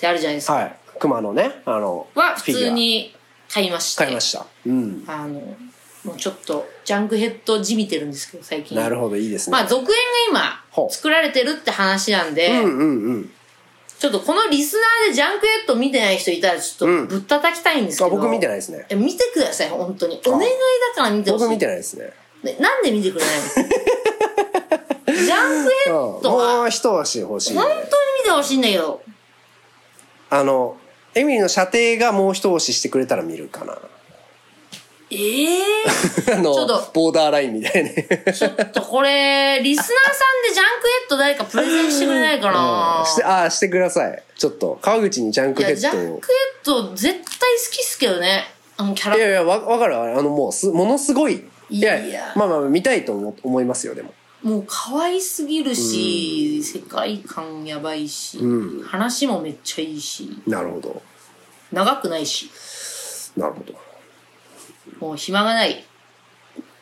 Speaker 2: てあるじゃないです
Speaker 3: い
Speaker 2: か。
Speaker 3: はいはい熊のねあの
Speaker 2: は普
Speaker 3: フィギュ
Speaker 2: 通
Speaker 3: ア
Speaker 2: に買いまして。
Speaker 3: 買いましたうん
Speaker 2: あの、もうちょっと、ジャンクヘッドじみてるんですけど、最近。
Speaker 3: なる
Speaker 2: ど。
Speaker 3: ほどいいですね、
Speaker 2: まあ、続編が
Speaker 3: ほう
Speaker 2: 今、作られてるって話なんで、
Speaker 3: うんうんうん
Speaker 2: ちょっとこのリスナーでジャンクヘッド見てない人いたら、ちょ
Speaker 3: う
Speaker 2: っ
Speaker 3: ん
Speaker 2: とぶったたきたいんですけ
Speaker 3: あ
Speaker 2: ど。
Speaker 3: 僕見てない
Speaker 2: い。
Speaker 3: ですね
Speaker 2: 見てください、本当に。お願いだから見てほしい。
Speaker 3: 僕見てないですね
Speaker 2: ねなんで見てくれない のジャンクヘ
Speaker 3: うん
Speaker 2: ッドは、
Speaker 3: もう
Speaker 2: 本
Speaker 3: 一足欲しい
Speaker 2: 当に見てほしいんだけど、
Speaker 3: あの、エミリーの射程がもう一押ししてくれたら見るかな。
Speaker 2: えええ
Speaker 3: あの
Speaker 2: ちょっと、
Speaker 3: ボーダーラインみたいな。
Speaker 2: ちょっとこれ、リスナーさんでジャンクヘッド誰かプレゼンしてくれないかな、
Speaker 3: して、ああ、してください。ちょっと、川口にジャンク
Speaker 2: い
Speaker 3: ヘ
Speaker 2: や、ジャ
Speaker 3: ッ
Speaker 2: ンクヘ
Speaker 3: ド
Speaker 2: ッ
Speaker 3: を。
Speaker 2: ド絶対好きっすけどね。あのキャラ
Speaker 3: いやいや、わわかるわかる。あの、もうす、ものすごい。いや、
Speaker 2: いや
Speaker 3: まあまあ、見たいと思思いますよ、でも。
Speaker 2: もう可愛すぎるし、世界観やばいし、話もめっちゃいいし、
Speaker 3: なるほど。
Speaker 2: 長くないし、
Speaker 3: なるほど。
Speaker 2: もう暇がない。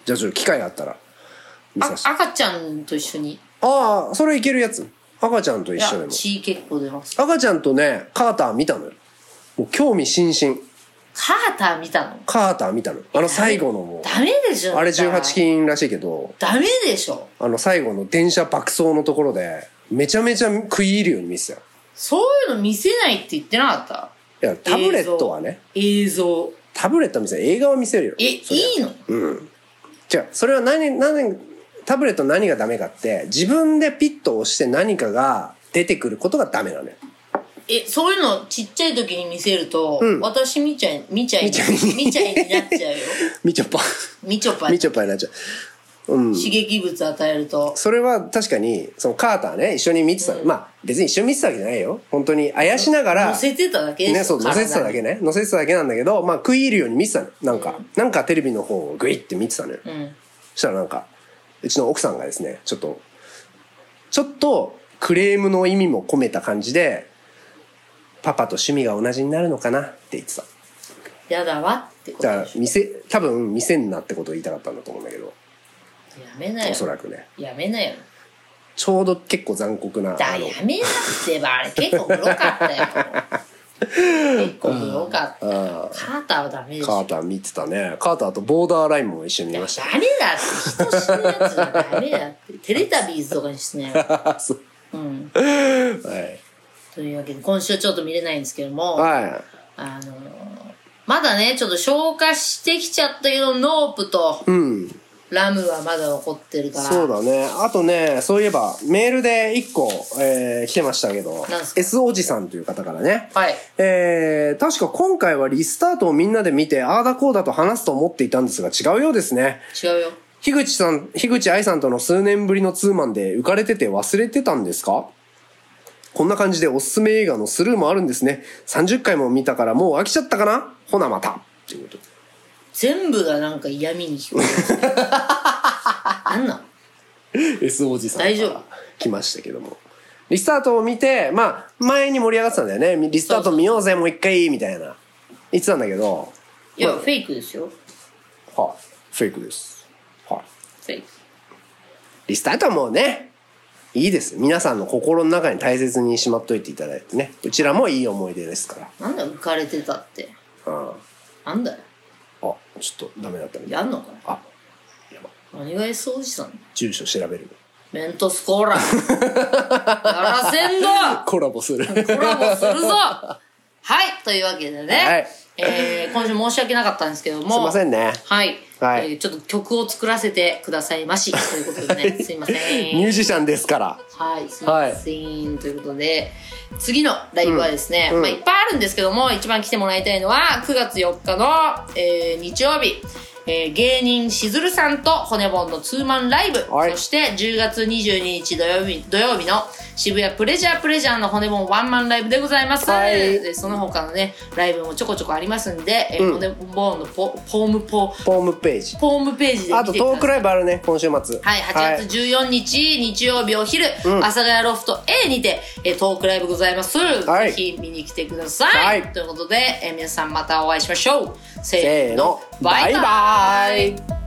Speaker 3: じゃあ、ちょっと機会があったら、見
Speaker 2: あ
Speaker 3: させて。
Speaker 2: 赤ちゃんと一緒に。
Speaker 3: ああ、それいけるやつ。赤ちゃんと
Speaker 2: い
Speaker 3: 一
Speaker 2: や
Speaker 3: 緒で、も。
Speaker 2: 血結構出ます。
Speaker 3: 赤ちゃんとね、カーター見たのよ。もう興味津々。
Speaker 2: カーター見たの
Speaker 3: カーター見たの。あの最後のも
Speaker 2: ダメでし
Speaker 3: う、
Speaker 2: ょ
Speaker 3: あれ18。金らしいけど、
Speaker 2: ダメでしょ
Speaker 3: あの最後の電車爆走のところで、めちゃめちゃ食い入るように見せたよ。
Speaker 2: そういうの見せないって言ってなかった
Speaker 3: いや、タブレットはね、
Speaker 2: 映像。
Speaker 3: タブレットは見せない映画は見せるよ。
Speaker 2: え、い
Speaker 3: そりゃ
Speaker 2: いの
Speaker 3: 違う、それは何、何、タブレットの何がダメかって、自分でピッと押して何かが出てくることがダメなのよ。
Speaker 2: え、そういうのちっちゃい時に見せると、私みちゃい、みちゃいに、みちゃいになっちゃう よ。
Speaker 3: みちょ ぱ。
Speaker 2: みちょぱ
Speaker 3: み
Speaker 2: に
Speaker 3: ちょぱになっちゃう。
Speaker 2: 刺激物与えると。
Speaker 3: それは確かに、そのカーターね、一緒に見てたの、まあ、別に一緒に見てたわけじゃないよ。本当に、あやしながら、
Speaker 2: 乗せてただけでしょ
Speaker 3: ね、そう、乗せてただけね。乗せてただけなんだけど、まあ、食い入るように見てたの。なんか、なんかテレビの方をグイって見てたのよ。
Speaker 2: ん
Speaker 3: そしたらなんか、うちの奥さんがですね、ちょっと、ちょっとクレームの意味も込めた感じで、パパと趣味が同じになるのかなって言ってた。
Speaker 2: やだわってこと
Speaker 3: だから
Speaker 2: で、しょ。
Speaker 3: 店、多分、店になってことを言いたかったんだと思うんだけど、
Speaker 2: やめなよ
Speaker 3: お。そらくね。
Speaker 2: やめなよ。
Speaker 3: ちょうど結構残酷な。
Speaker 2: だ、
Speaker 3: あの
Speaker 2: やめなってば、あれ結構グロかった よ。結構グロかった。カーターはダメでし
Speaker 3: カー
Speaker 2: ょ。
Speaker 3: ター見てたね。カーターとボーダーラインも一緒に見ました。
Speaker 2: ダメだって、人死ぬやつはダメだって。テレタビーズとかにしな よ。
Speaker 3: そう
Speaker 2: うん。
Speaker 3: はい。
Speaker 2: というわけで、今週はちょっと見れないんですけども、
Speaker 3: は
Speaker 2: あのーまだね、ちょっと消化してきちゃったけど、ノープと
Speaker 3: い。うん。
Speaker 2: ラムはまだ残ってるから。
Speaker 3: そうだね。あとね、そういえば、メールで一個、えー来てましたけど
Speaker 2: なんす、か
Speaker 3: S おじさんという方からね。
Speaker 2: はい。
Speaker 3: えー、確か今回はリスタートをみんなで見て、ああだこうだと話すと思っていたんですが、違うようですね。
Speaker 2: 違うよ。
Speaker 3: 樋口さん、樋口愛さんとの数年ぶりのツーマンで浮かれてて忘れてたんですかこんな感じでおすすめ映画のスルーもあるんですね。30回も見たからもう飽きちゃったかなほなまた。っていうこと。
Speaker 2: 全部がなんか嫌味に聞こえますね。 なんなの
Speaker 3: S おじさん
Speaker 2: 大丈夫
Speaker 3: 来ましたけどもリスタートを見てまあ前に盛り上がってたんだよねリスタート見ようぜもう一回みたいな言ってたんだけど
Speaker 2: いや、
Speaker 3: まあ
Speaker 2: フェイクですよ。
Speaker 3: はいフェイクですはい
Speaker 2: フェイク。
Speaker 3: リスタートはもうねいいです皆さんの心の中に大切にしまっといていただいてねうちらもいい思い出ですから
Speaker 2: なんだよ浮かれてたって。
Speaker 3: うんあ
Speaker 2: なんだよ。
Speaker 3: ちょっとダメだったみたい
Speaker 2: やんのかよ
Speaker 3: あ
Speaker 2: 何が S おじさん
Speaker 3: 住所調べる
Speaker 2: メントスコーラ。やらせんど
Speaker 3: コラボ する
Speaker 2: コラボするぞはいというわけでね、
Speaker 3: はい
Speaker 2: えー今週申し訳なかったんですけども
Speaker 3: すいませんね
Speaker 2: はい、
Speaker 3: はい
Speaker 2: えーちょっと曲を作らせてくださいましということでねすいませ
Speaker 3: ミュー
Speaker 2: ん
Speaker 3: ジシャンですから
Speaker 2: はいすいません、ということで次のライブはですね、
Speaker 3: うん
Speaker 2: まあ、いっぱいあるんですけども一番来てもらいたいのは9月4日の、えー日曜日えー芸人しずるさんと骨盆のツーマンライブ、
Speaker 3: はい
Speaker 2: そして10月22日土曜日土曜日の渋谷プレジャープレジャーの骨盆ワンマンライブでございます、
Speaker 3: はい
Speaker 2: でその他のねライブもちょこちょこありますんで、えー
Speaker 3: うん
Speaker 2: 骨盆のポポームポ
Speaker 3: ホームページ
Speaker 2: ホームページで
Speaker 3: あ
Speaker 2: 見
Speaker 3: と
Speaker 2: てください
Speaker 3: トークライブあるね今週末
Speaker 2: はい、8月14日、日曜日お昼、阿佐ヶ谷ロフト A にて、えートークライブございます。
Speaker 3: はい
Speaker 2: ぜひ見に来てください。
Speaker 3: はい
Speaker 2: ということで、えー皆さんまたお会いしましょう。せ
Speaker 3: せ
Speaker 2: ー
Speaker 3: ー
Speaker 2: の
Speaker 3: の、
Speaker 2: バイバ
Speaker 3: バイバ
Speaker 2: イ
Speaker 3: イ